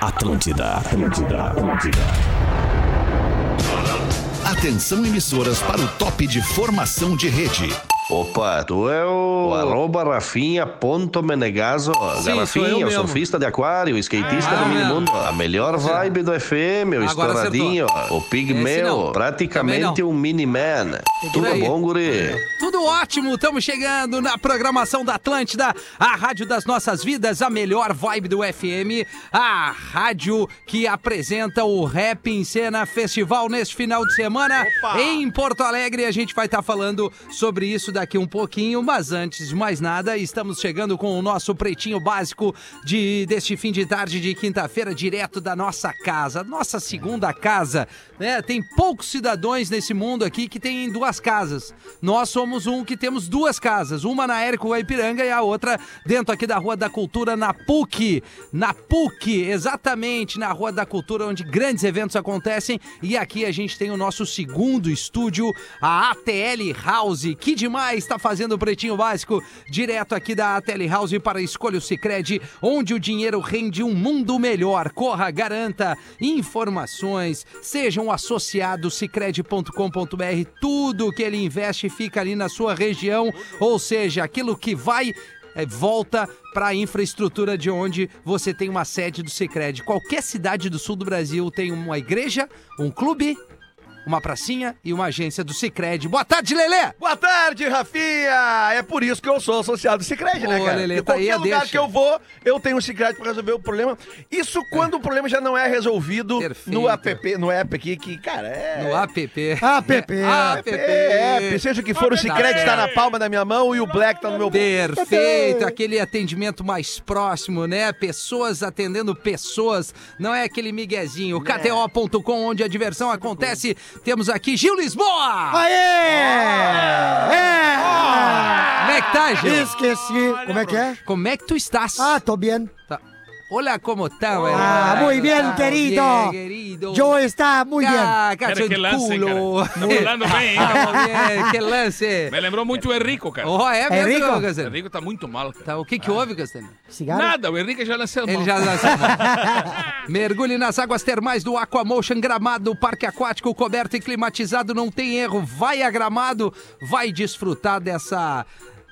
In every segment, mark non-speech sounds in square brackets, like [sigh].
Atlântida, Atlântida, Atlântida. Atenção emissoras para o top de formação de rede. Opa, tu é o, O- arroba Rafinha ponto Menegaso. Sim, sou eu Rafinha, o mesmo. surfista de aquário, skatista Ah, do mini mesmo. mundo. A melhor vibe do FM, o Agora estouradinho. O Esse pigmeu, não. praticamente Também um mini man. Tudo aí. bom, guri? Tudo ótimo, estamos chegando na programação da Atlântida, a rádio das nossas vidas, a melhor vibe do FM, a rádio que apresenta o Rap em Cena Festival neste final de semana em Porto Alegre. A gente vai estar falando sobre isso daqui um pouquinho, mas antes de mais nada, estamos chegando com o nosso pretinho básico de deste fim de tarde de quinta-feira, direto da nossa casa, nossa segunda casa, né? Tem poucos cidadãos nesse mundo aqui que tem duas casas. Nós somos um que temos duas casas, uma na Érico Guaipiranga e a outra dentro aqui da Rua da Cultura, na PUC. Na PUC, exatamente, na Rua da Cultura, onde grandes eventos acontecem. E aqui a gente tem o nosso segundo estúdio, a ATL House. Que demais está fazendo o Pretinho Básico, direto aqui da ATL House para Escolha o Cicred, onde o dinheiro rende um mundo melhor. Corra, garanta informações, seja um associado cicred.com.br, tudo que ele investe fica ali na sua região, ou seja, aquilo que vai eh, volta para a infraestrutura de onde você tem uma sede do Cicred. Qualquer cidade do sul do Brasil tem uma igreja, um clube, uma pracinha e uma agência do Cicred. Boa tarde, Lelê! Boa tarde, Rafinha! É por isso que eu sou associado do Cicred, né, Ô, cara? Lelê, Porque tá aí qualquer a lugar deixa. que eu vou, eu tenho um Cicred pra resolver o problema. Isso quando o problema já não é resolvido Perfeito. no app, no app aqui, que, cara, é... No app. App, [laughs] app. app, É, é, seja o que for, o Cicred tá na palma da minha mão e o Black tá no meu é, Perfeito, aquele atendimento mais próximo, né? Pessoas atendendo pessoas, não é aquele miguezinho. KTO.com, onde a diversão acontece. Temos aqui Gil Lisboa! Aê! É! Como é que tá, Gil? Esqueci. Como é que é? Como é que tu estás? Ah, tô bem. Tá. Olá como tá, estão, Ah, hermano. muy bien, Tá querido. bien, querido. Joe está muito bem. Ah, cacho Cara, que de lance, culo. cara. Estamos falando bem, [laughs] hein? Vamos ver, que lance. Me lembrou muito o Henrico, cara. Oh, é mesmo, rico? O Gazelho? Henrico tá muito mal, cara. Tá, o que que houve, Castelho? Cigarro? Nada, o Henrique já nasceu mal. Ele já lançou. Mergulhe nas águas termais do Aquamotion Gramado, parque aquático coberto e climatizado, não tem erro. Vai a Gramado, vai desfrutar dessa.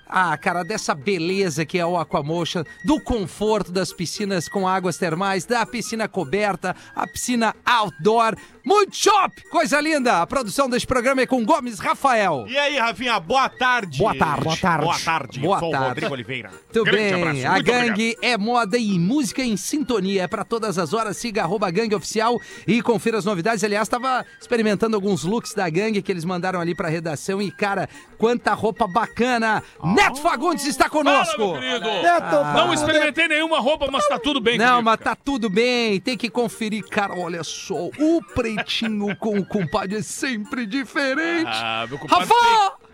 Ah, cara, dessa beleza que é o Aquamotion, do conforto das piscinas com águas termais, da piscina coberta, a piscina outdoor. Muito shop! Coisa linda! A produção deste programa é com Gomes Rafael. E aí, Rafinha, boa tarde. Boa tarde. Boa tarde. Boa tarde. Boa Sou tarde. o Rodrigo Oliveira. Muito Grande bem, abraço. a Muito gangue é moda e música em sintonia. É pra todas as horas. Siga arroba gangue oficial e confira as novidades. Aliás, tava experimentando alguns looks da gangue que eles mandaram ali pra redação. E, cara, quanta roupa bacana! Neto Fagundes está Fala, conosco! meu querido. Neto Ah, Não Fagundes. experimentei nenhuma roupa, mas tá tudo bem. Não, comigo, mas cara. tá tudo bem. Tem que conferir, cara. Olha só, o pretinho com o compadre é sempre diferente. Ah, meu compadre. Rafa!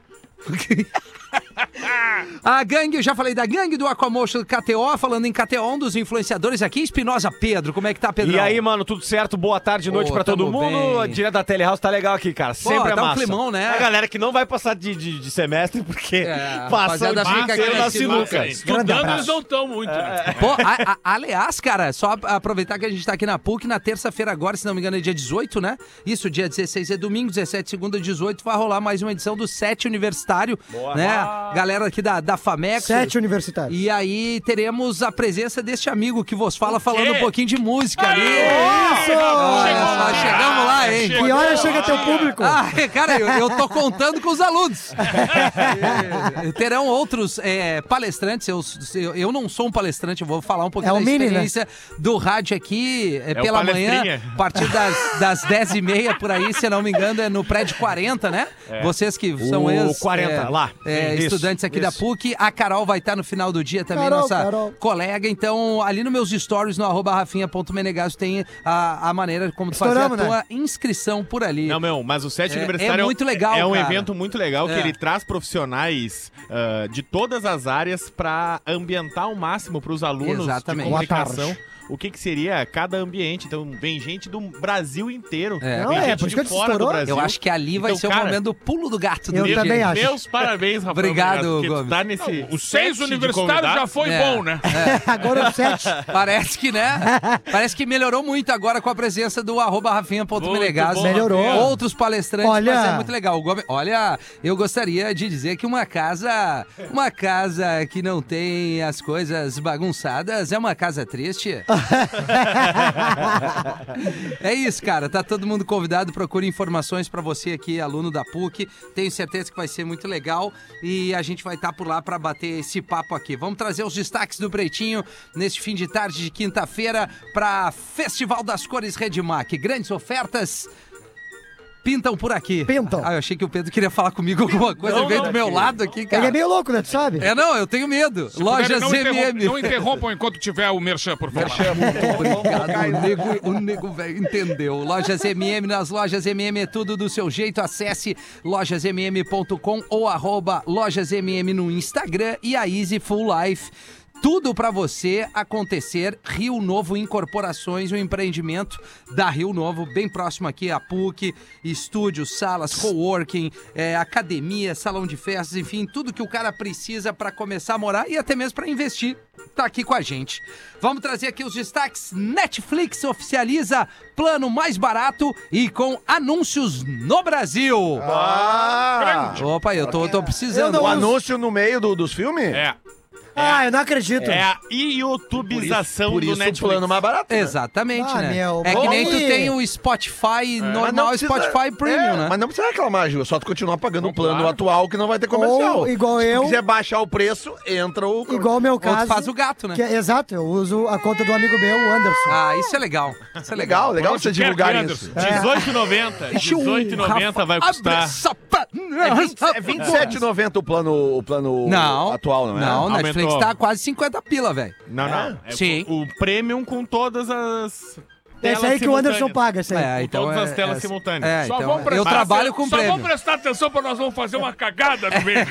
[laughs] A gangue, eu já falei da gangue do Aquamotion KTO, falando em KTO, um dos influenciadores aqui, Espinosa Pedro. Como é que tá, Pedro? E aí, mano, tudo certo? Boa tarde, noite Ô, pra todo tamo mundo. bem. Direto da Telehouse, tá legal aqui, cara. Sempre é tá um massa. climão, né? A galera que não vai passar de, de, de semestre, porque [laughs] É, passa rapaziada, o dia fica aqui inteiro na na sinuca. sinuca. Grande Estudando abraço. eles não estão muito, né? Pô, a- a- aliás, cara, só a- aproveitar que a gente tá aqui na PUC, na terça-feira agora, se não me engano, é dia 18, né? Isso, dia 16 é domingo, 17, segunda, 18, vai rolar mais uma edição do Sete Universitário, né? Galera aqui da, da FAMEX. Sete universitários. E aí teremos a presença deste amigo que vos fala, falando um pouquinho de música ali. Isso! Ah, Chegou. chegamos lá, hein? Que hora chega teu público? Ah, cara, eu, eu tô contando com os [laughs] alunos. Eh, Terão outros eh, palestrantes. Eu, eu, eu não sou um palestrante, eu vou falar um pouquinho É o da mini, né? experiência do rádio aqui eh, É o pela manhã, palestrinha. a partir das, das 10h30 por aí, se não me engano, é no prédio 40, né? Vocês que são É. O ex. 40, eh, lá. eh, Isso, estudantes aqui da isso. PUC. A Carol vai estar no final do dia também, Carol, nossa Carol. colega. Então, ali nos meus stories, no arroba rafinha.menegasso, tem a, a maneira como tu fazer a Estouramos, né? tua inscrição por ali. Não, meu, mas o Sete É- Universitário é muito legal, é um cara. evento muito legal É. que ele traz profissionais ah, de todas as áreas pra ambientar ao máximo pros alunos Exatamente. de comunicação o que, que seria cada ambiente. Então, vem gente do Brasil inteiro. É. Vem Não, é, gente por isso que ele de fora do estourou. Brasil. Eu acho que ali vai Então, ser o cara, momento do pulo do gato do eu dia. também acho. Meus parabéns, Rafael. Obrigado, porque tu Gomes. Tá nesse Os seis set de universitários já convidados. foi É. bom, né? Agora é o 7. Parece que, né? Parece que melhorou muito agora com a presença do arroba rafinha.menegas. bom, Melhorou. Rafinha. Outros palestrantes, Olha. mas é muito legal. O Gomes- Olha, eu gostaria de dizer que uma casa, uma casa que não tem as coisas bagunçadas é uma casa triste. É isso, cara. Tá todo mundo convidado. Procure informações pra você aqui, aluno da PUC. Tenho certeza que vai ser muito legal e a gente vai estar por lá pra bater esse papo aqui. Vamos trazer os destaques do Pretinho neste fim de tarde de quinta-feira para Festival das Cores Redmac. Grandes ofertas. Pintam por aqui. Pintam. Ah, eu achei que o Pedro queria falar comigo alguma coisa. Ele veio do meu lado aqui, Ele cara. é meio louco, né? Tu sabe? É, não, eu tenho medo. Lojas não, interrom- MM. não interrompam enquanto tiver o Merchan, por favor. Obrigado, o nego, o nego velho entendeu. Lojas MM, nas lojas MM é tudo do seu jeito. Acesse lojasmm.com ou arroba lojasmm no Instagram e a Easy Full Life. Tudo pra você acontecer. Rio Novo Incorporações, o empreendimento da Rio Novo, bem próximo aqui a PUC, estúdios, salas, coworking, eh, academia, salão de festas, enfim, tudo que o cara precisa pra começar a morar e até mesmo pra investir tá aqui com a gente. Vamos trazer aqui os destaques. Netflix oficializa plano mais barato e com anúncios no Brasil. Ah! Opa, eu tô, tô precisando. O anúncio no meio do- dos filmes? É. Ah, eu não acredito. É a youtubização Por do isso o Netflix. plano mais barato. né? Exatamente, Ah, né? meu, é que nem tu vamos- tem o Spotify Mas não normal, precisa- Spotify Premium, é, né? Mas não precisa reclamar, Ju. é Só tu continuar pagando o plano atual que não vai ter comercial. Ou, igual Se eu- tu quiser baixar o preço, entra o. Igual o meu Ou caso. tu faz o gato, né? que é- exato, eu uso a conta do amigo meu, o Anderson. Ah, isso é legal. Isso é Legal, legal. legal você divulgar Anderson. isso. É. 18,90. 18,90 vai custar. Só pra... É 27,90 o plano, o plano [laughs] Não, atual, não é? Não, Aumentou. Netflix tá quase 50 pila, velho. Não, não. É Sim. O, o premium com todas as. é isso aí telas que o Anderson simultâneas. paga, isso aí. É, então todas é- as telas é- simultâneas. é, Só então vamos é. prestar eu trabalho atenção- com Só vamos prêmio. É, prestar atenção pra nós não fazer uma cagada no meio.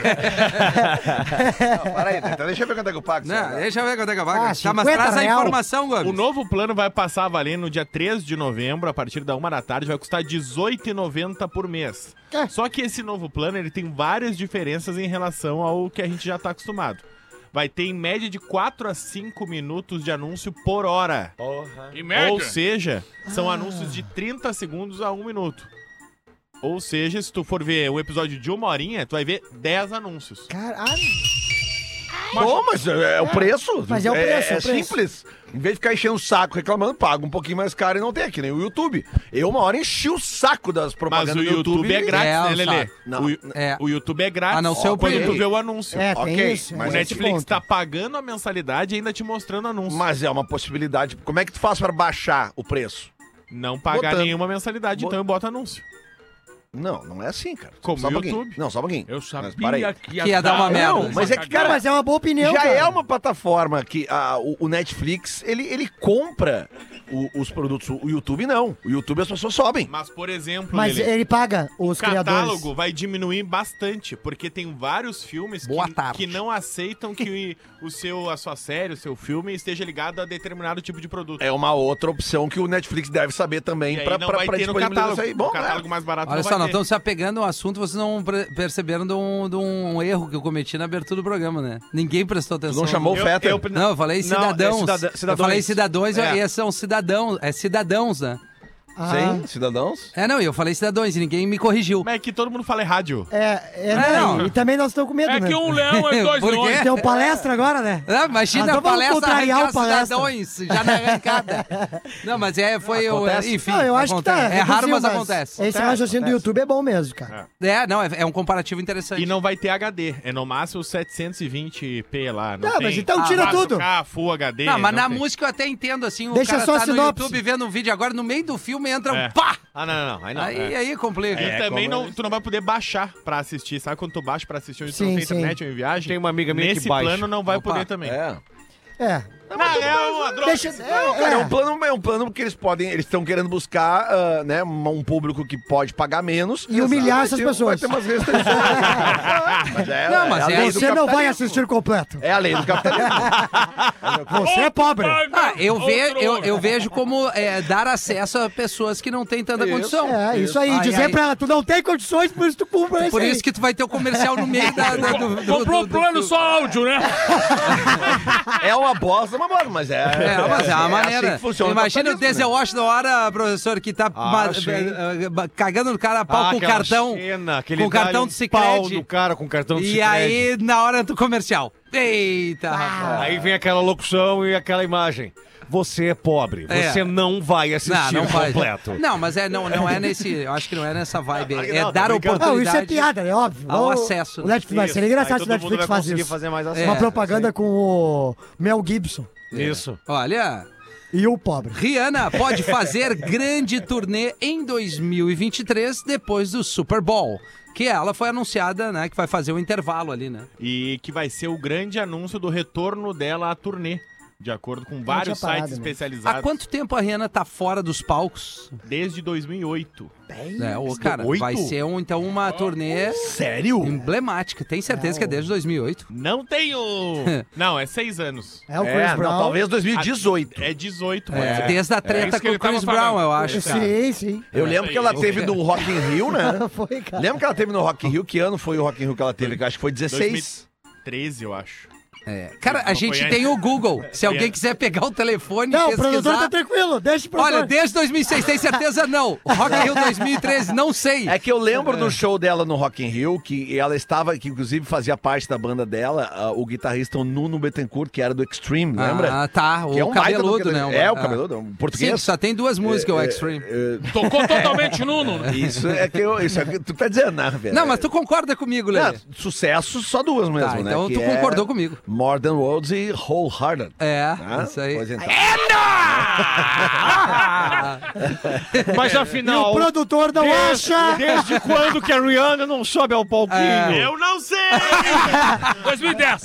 Peraí, então deixa eu ver quanto é que eu pago. Não, sabe? deixa eu ver quanto é que vai. Ah, tá, mas 50 traz a real. informação, Gomes. O novo plano vai passar a valer no dia 3 de novembro, a partir da 1 da tarde, vai custar R$18,90 por mês. É. Só que esse novo plano ele tem várias diferenças em relação ao que a gente já está acostumado. Vai ter em média de 4 a 5 minutos de anúncio por hora. Em média. Ou seja, são anúncios de 30 segundos a 1 minuto. Ou seja, se tu for ver um episódio de uma horinha, tu vai ver 10 anúncios. Caralho. Bom, mas é, é o preço. Mas é o preço, É, é o preço. simples. Em vez de ficar enchendo o saco reclamando, paga um pouquinho mais caro e não tem, é que nem o YouTube. Eu uma hora enchi o saco das Mas propagandas o do YouTube, é grátis, É, né, eu Lelê? saco. Não, o, Yu- é. o YouTube é grátis Ah, não, seu quando tu Play. vê o anúncio. É, Ok, tem isso. mas O é esse Netflix ponto. tá pagando a mensalidade e ainda te mostrando anúncio. Mas é uma possibilidade. Como é que tu faz pra baixar o preço? não pagar Botando. nenhuma mensalidade, Bo- então eu boto anúncio. Não, não é assim, cara. Como só um o pouquinho. YouTube. Não, só um pouquinho. Eu Mas para aí. sabia que ia, Que ia dar uma merda. Não, mas é que, Cara, cara, mas é uma boa opinião, já cara. é uma plataforma que ah, o, o Netflix, ele, ele compra o- os produtos. O YouTube não. O YouTube as pessoas sobem. Mas, por exemplo, Mas é Lelê, ele paga o os catálogo criadores. vai diminuir bastante, porque tem vários filmes Boa que, tarde. que não aceitam que o seu, a sua série, o seu filme esteja ligado a determinado tipo de produto. É uma outra opção que o Netflix deve saber E também aí pra, não pra, vai pra ter no disponibilizar catálogo. isso aí. Bom, é. o catálogo mais barato Olha não só, vai nós ter. estamos se apegando a um assunto, vocês não pre- perceberam de um, de um erro que eu cometi na abertura do programa, né? Ninguém prestou atenção. não chamou o Eu- Fetter. eu- Não, eu falei Não, é cidadãos. cidadã- eu cidadões. falei cidadãos, É. e são cidadãos, é cidadãos, né? Ah. Ah, Sim, cidadãos. É, não, e eu falei cidadãos e ninguém me corrigiu. Mas é que todo mundo fala errado. É, é, não. né? E também nós estamos com medo, É né? que um leão é [laughs] dois Por quê? leões. Deu palestra agora, né? Ah, imagina Ah, a então vamos palestra contrariar arrancar o palestra. cidadãos já na arrancada. não, mas é, foi o. Acontece. Enfim, Não, eu acho que tá. acontece. É raro, reduziu, mas acontece. Esse raciocínio do YouTube é bom mesmo, cara. É, não, é, é um comparativo interessante. E não vai ter HD. É no máximo 720p lá. Não, Tá, tem mas então tira tudo. 4K, Full HD. Não, mas na tem. música eu até entendo, assim, o Deixa cara só a tá no sinopse. YouTube vendo um vídeo agora, no meio do filme entra um É. pá! Ah, não, não, não. Aí não. aí, é. aí complica. E também é. não, tu não vai poder baixar pra assistir. Sabe quando tu baixa pra assistir onde tu Sim, não tem sim. internet ou em viagem? Tem uma amiga minha que Nesse baixa. plano não vai Opa. poder também. É. É. Não, mas é uma droga. Deixa. É, Cara, é é. um plano, é um plano porque eles podem, eles estão querendo buscar, ah, né, um um público que pode pagar menos E humilhar essas Vai pessoas. ter umas restrições. mas é, Não, mas a é lei aí do [laughs] Você não vai capitalismo. assistir completo. É a lei do capitalismo. Você é pobre. Paga Ah, eu, ve outro. eu, eu vejo como é, dar acesso a pessoas que não têm tanta condição. É, isso aí. Ai, dizer ai. pra ela, tu não tem condições, por isso tu compra Por aí. isso que tu vai ter o comercial no meio da, da, do, do, Comprou um do- do- plano só áudio, né? é uma bosta, uma bosta, mas é. É, mas é uma assim maneira. que funciona Imagina o capitalismo, né? Denzel Washington na hora, professor, que tá ma- sim. eh, eh, cagando no cara a pau com o Ah, aquela cartão. cena que com ele o cartão dá-lhe do um pau Sicredi. no cara com o cartão do E Sicredi. aí, na hora do comercial. Eita, rapaz. Aí vem aquela locução e aquela imagem. Você é pobre, É. você não vai Não, assistir não o faz. completo. Não, mas é, não, não é nesse. Eu acho que não é nessa vibe. aí. É Não, tô dar brincando. oportunidade. Não, isso é piada, é óbvio. ao O- acesso. O Netflix vai Isso. ser engraçado Aí se o todo mundo vai Netflix faz conseguir isso. fazer mais Uma É, propaganda com o Mel Gibson Isso. Olha. e o pobre. Rihanna pode fazer [laughs] grande turnê em 2023, depois do Super Bowl. Que ela foi anunciada, né? Que vai fazer um intervalo ali, né? E que vai ser o grande anúncio do retorno dela à turnê. De acordo com vários tinha parado, né? sites especializados. Há quanto tempo a Rihanna tá fora dos palcos? Desde 2008. É, ô, cara, vai ser um, então uma turnê Sério? emblemática. Tem certeza que é desde 2008. [laughs] Não tenho! não, é seis anos. É o Chris É, Brown. não, talvez 2018. É 18, mano. É, Desde a isso treta que com ele o Chris tava Brown, falando. eu acho. Sim, sim. É, Eu lembro que ela teve no Rock in Rio, né? [laughs] [laughs] Foi, cara. Lembra que ela teve no Rock in Rio? Que ano foi o Rock in Rio que ela teve? Que eu acho que foi 16. 13, eu acho. É. Cara, a Não gente conhece. tem [laughs] o Google. Se alguém Conhece. quiser pegar o telefone Não, e o produtor pesquisar... tá tranquilo, deixa o produtor. Olha, desde 2006, tem certeza? Não. [laughs] Rock in Rio 2013, não sei. É que eu lembro do show dela no Rock in Rio, que ela estava, que inclusive fazia parte da banda dela, ah, o guitarrista o Nuno Bettencourt, que era do Extreme, lembra? Ah, tá. O que é um baita do- cabeludo, né? É, o Ah. cabeludo, um Sim, português. Eh, só tem duas músicas, É, o Extreme. Tocou totalmente Nuno. [laughs] né? Isso é que eu, isso é que tu tá dizendo, né, é. velho? Não, mas tu concorda comigo, Lê? Não, Ah, sucesso, só duas mesmo, Tá, né? então que tu é concordou comigo. More Than Worlds e Wholehearted. É, tá? isso aí. Pois então. É, Ah! É. Mas E o afinal, produtor não desde, acha. desde quando que a Rihanna não sobe ao palquinho? É. Eu não sei! Ah! 2010.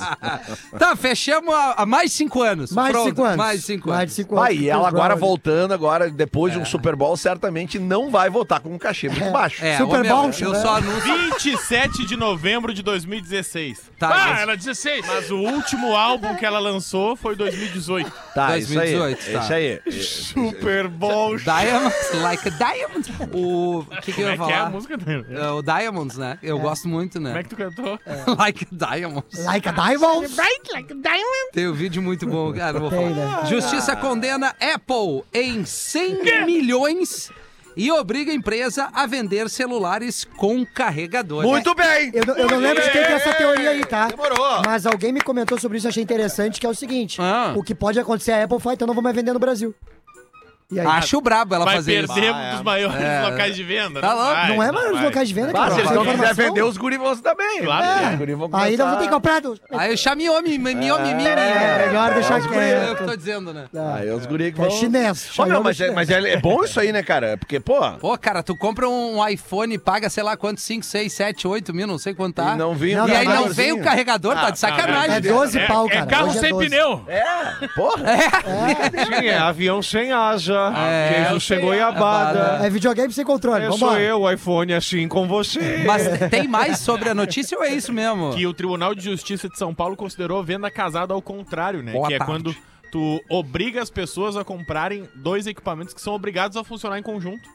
Tá, fechamos há há mais cinco anos. Mais de Pronto, cinco anos. Mais cinco Mais anos. de cinco anos. Vai, e ela Chris agora Brown. voltando, agora, depois É. de um Super Bowl, certamente não vai voltar com um cachê muito baixo. É, Super ô, meu, Bowl, Eu né? só anuncio. 27 de novembro de 2016. Tá, Ah, mas- era 16. Mas o último álbum que ela lançou foi 2018. Tá, 2018, isso aí. tá. Isso aí. Super Bowl. Diamonds, like a diamond. O que, que Como é eu ia que é a falar? música dele? É o Diamonds, né? Eu gosto muito, né? Como é que tu cantou? Like a Diamonds. Like a diamond. Tem um vídeo muito bom, cara. Vou Tem, falar. Justiça condena Apple em 100 milhões e obriga a empresa a vender celulares com carregador. Muito bem! Eu, não- eu não lembro de quem que é essa teoria aí, tá? Demorou. Mas alguém me comentou sobre isso, achei interessante, que é o seguinte. Ah. O que pode acontecer, a Apple fala, então não vou mais vender no Brasil. E aí? Acho brabo ela Vai fazer perder isso. Ah, é. um dos maiores locais de venda. Tá né? louco, Vai, não é mais os vai. locais de venda, Ah, cara. se eles Essa não quiserem informação- É. vender, os guris vão também. Claro. né? Os guris vão começar... Ah, Ainda vão ter comprado. Aí eu chamo homem, mi, mi, homem, mi, mi. É melhor deixar É o que eu quieto. tô dizendo, né? Aí os guris que É vão... chinês. Ô, meu, Xiaomi mas, é, chinês. mas é, é bom isso aí, né, cara? Porque, pô... Pô, cara, tu compra um iPhone e paga, sei lá quanto, 5, 6, 7, 8 mil, não sei quanto tá. E não vem um Não, o E aí não carregadorzinho. vem o carregador, tá de sacanagem. É 12 É, pau, é cara. carro Hoje é sem 12. pneu. É, porra. Sim, é avião sem asa, É, queijo sem goiabada. É videogame sem controle. Eu Vamos sou eu, o iPhone assim com você. Mas tem mais sobre a notícia ou é isso mesmo? Que o Tribunal de Justiça de São Paulo considerou venda casada ao contrário, né? Boa que é tarde. quando tu obriga as pessoas a comprarem dois equipamentos que são obrigados a funcionar em conjunto.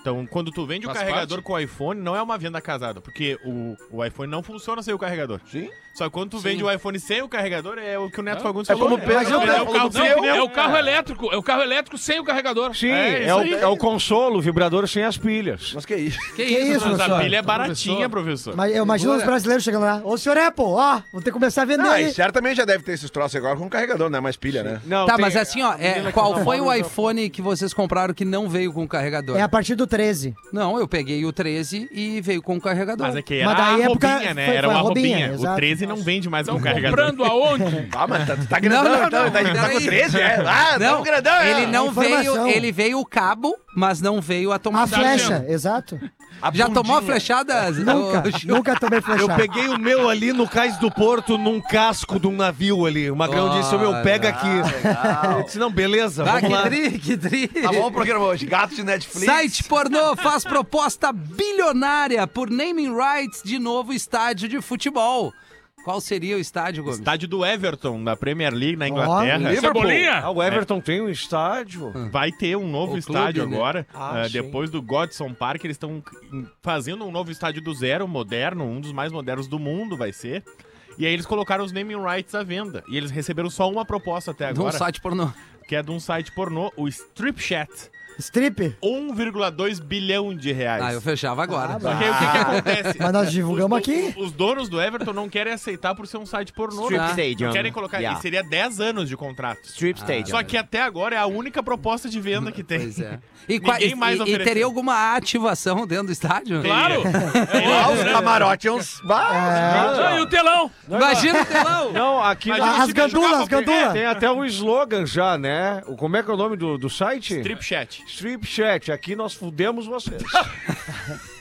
Então, quando tu vende Faz o carregador com o iPhone, não é uma venda casada, porque o, o iPhone não funciona sem o carregador. Sim. Só que quando tu vende o iPhone sem o carregador, é o que o Neto Fagundes É falou. como né? pega- Não, Mas é eu- o carro eu- sem Não, é pneu. o carro elétrico. É o carro elétrico sem o carregador. Sim, É é, isso o, aí. é o consolo vibrador sem as pilhas. Mas que é isso? Que, isso, Mas a professor? pilha é baratinha, professor. Mas eu imagino os Segura. brasileiros chegando lá. Ô, senhor Apple, ó, vão ter que começar a vender Ah, aí. e certamente já deve ter esses troços agora com carregador, né? Mais pilha, né? Não, Tá, tem- mas assim, ó, a é, menina que qual tá foi o falando- iPhone que vocês compraram que não veio com carregador? É a partir do 13. Não, eu peguei o 13 e veio com carregador. Mas é que era Mas daí a é porque roubinha, né? foi- era foi uma a roubinha, roubinha. O exato. 13 não vende mais um É carregador. Comprando aonde? Ah, mas tá, tá Não, grandão, não, então. não, tá, tá com peraí. 13, é? Ah, Não, não, grandão. é. ele não informação. veio, ele veio o cabo, mas não veio a A tomada. flecha, exato. Já tomou a bundinha. flechada? Nunca, ô, Gil? nunca tomei Eu flechada. peguei o meu ali no cais do porto, num casco de um navio ali. O Magrão disse: "Ô, meu, pega aqui. Eu disse: não, beleza, Ah, vamos lá. que tri, que tri. Tá bom o programa hoje. Gato de Netflix. Site pornô faz proposta bilionária por naming rights de novo estádio de futebol. Qual seria o estádio, Gomes? Estádio do Everton, da Premier League, na [laughs] Inglaterra. Liverpool. é Cebolinha? Ah, o Everton tem um estádio. Vai ter um novo O estádio clube, né? agora. Ah, eh, sim. depois do Godson Park, eles estão fazendo um novo estádio do zero, moderno, um dos mais modernos do mundo, vai ser. E aí eles colocaram os naming rights à venda. E eles receberam só uma proposta até De um agora, site pornô. que é de um site pornô, o Strip Chat. Strip? 1,2 bilhão de reais. Ah, eu fechava agora. Só que aí o que, que acontece? Ah. Mas nós divulgamos Os do- aqui. Os donos do Everton não querem aceitar por ser um site pornô. Strip né? Stadium. Não querem colocar. Yeah. E seria 10 anos de contrato. Strip Ah. Stage. Só que até agora é a única proposta de venda que tem. Pois [laughs] é. E, qua- Ninguém e- mais e- e ofereceu. teria alguma ativação dentro do estádio? Claro! Ah, os né? camarotes. é uns- Ah, Ah, e o telão? Imagina o telão! Não, aqui Mas Ah, As gandulas, as gandulas. tem até um slogan já, né? O, como é que é o nome do, do site? Strip chat. Strip Chat. Aqui nós fudemos vocês.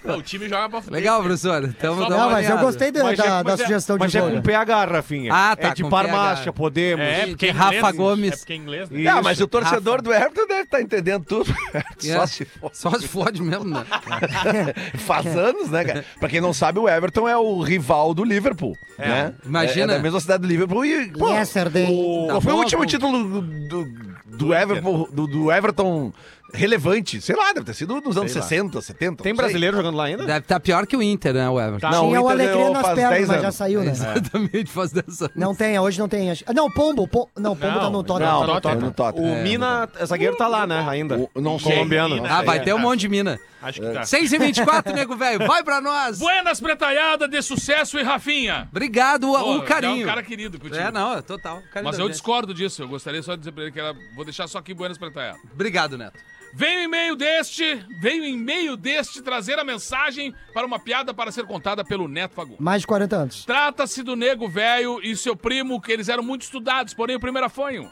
Não, o time joga pra frente. Legal, professor. Tamo, tamo Não, mas eu alinhado. gostei da, Mas é- da- da mas é- sugestão Mas de é com jogo. PH, Rafinha. Ah, tá, É de com Parmácia, PH. podemos. É, porque é De Rafa inglês, Gomes. É porque é inglês, né? E- Ah, mas Isso. o torcedor do Everton deve estar entendendo tudo. [laughs] Yeah. Só se for. É. Só se fode mesmo, né? [laughs] Faz anos, né, cara? Pra quem não sabe, o Everton é o rival do Liverpool. né? Imagina. É, é da mesma cidade do Liverpool e. pô, Yesterday. o- Tá Qual foi o bom, último Gu? título do, do, Everton, do, do Everton relevante? Sei lá, deve ter sido nos anos 60, 70. Tem não sei. brasileiro jogando lá ainda? Deve estar pior que o Inter, né, o Everton? Não, Tinha o o Inter Alegria ganhou nas faz pernas, 10 mas já anos. É saiu, né? [laughs] Exatamente, faz dessa. Não tem, hoje não tem. acho- Ah, Não, Pombo. Pom... Não, Pombo tá no Não, Tottenham. Tá no tá Tottenham. no Tottenham. O Mina, zagueiro tá lá, né, ainda. O- não sei. colombiano. Mina. Ah, vai ter um É. monte de mina. Acho que tá. 6h24, nego velho. Vai [laughs] pra nós. Buenas pretaiada de sucesso e Rafinha. Obrigado, o- Pô, o É um carinho. cara querido contigo. É, não, é total. Carinho Mas da eu gente. discordo disso. Eu gostaria só de dizer pra ele que ela. Vou deixar só aqui Buenas Pretaiada. Obrigado, Neto. Veio em meio deste, veio em meio deste trazer a mensagem para uma piada para ser contada pelo Neto Fagundes. Mais de 40 anos. Trata-se do nego velho e seu primo, que eles eram muito estudados, porém o primo era fanho.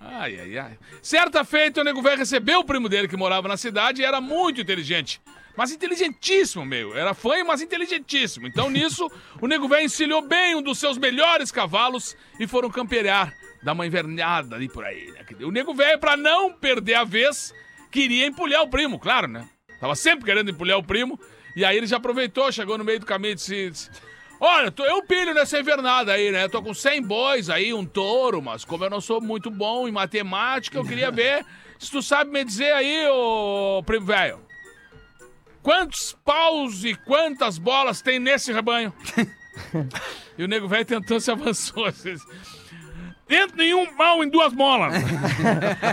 Ai, ai, ai. Certa feita, o nego velho recebeu o primo dele que morava na cidade e era muito inteligente. Mas inteligentíssimo, meu. Era fanho, mas inteligentíssimo. Então, nisso, o nego velho encilhou bem um dos seus melhores cavalos e foram campear dar uma invernada ali por aí, né? O nego velho, pra não perder a vez, queria empulhar o primo, claro, né? Tava sempre querendo empulhar o primo. E aí ele já aproveitou, chegou no meio do caminho e disse... disse, Olha, tô- eu pilho nessa invernada aí, né? Tô com 100 bois aí, um touro, mas como eu não sou muito bom em matemática, eu queria ver se tu sabe me dizer aí, ô primo velho. Quantos paus e quantas bolas tem nesse rebanho? e o nego velho tentando se avançou. assim, Dentro nenhum mal em duas molas.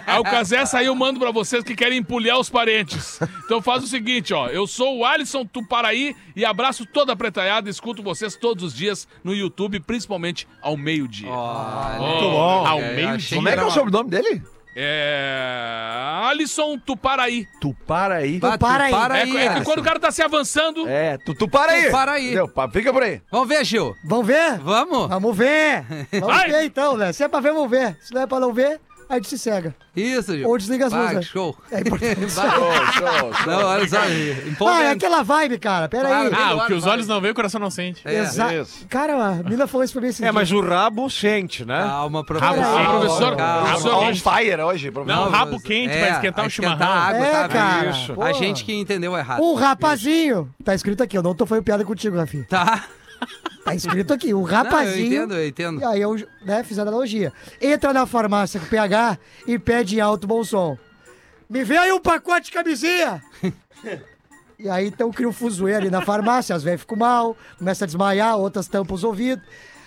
Aí o Casé saiu, mando pra vocês que querem empulhar os parentes. Então faz o seguinte, ó. Eu sou o Alisson Tuparaí e abraço toda a pretaiada e escuto vocês todos os dias no YouTube, principalmente ao meio-dia. Olha. bom. Ao Ao meio meio-dia. Como é que é o sobrenome dele? É. Alisson Tuparaí. Tuparaí. Bate, para aí. Para É, aí. é cara. que quando o cara tá se avançando. É, tu, Tuparaí. Tuparaí. Entendeu? Pa- Fica por aí. Vamos ver, Gil. Vamos ver? Vamos? Vamos ver! Vamos Vai. ver então, né? Se é pra ver, vamos ver. Se não é pra não ver, aí a gente se cega. Isso, Gil. Ou desliga as Vai, luzes, né? Show. É importante. [laughs] Vai. Não, olha só. Ah, é Empolgante. aquela vibe, cara. Pera aí. Claro. Ah, o que os olhos não veem, o coração não sente. É. Exa- Cara, a Mila falou isso pra mim esse É, mas o rabo sente, né? Calma, professor. Ah, Calma, professor, calma. É, Ah, professor, on fire hoje, Não, professor. rabo quente pra esquentar vai o chimarrão. a água, É, tá? cara. Isso. Pô. A gente que entendeu errado. O um rapazinho. Tá escrito aqui, eu não tô fazendo piada contigo, Rafinha. Tá? Tá escrito aqui, o Não, eu rapazinho. entendo, [laughs] eu entendo. e aí eu né, fiz a analogia. Entra na farmácia com o PH e pede em alto bom som. Me vê aí um pacote de camisinha! e aí então cria um fuzuê ali na farmácia, as velhas ficam mal, começa a desmaiar, outras tampam os ouvidos.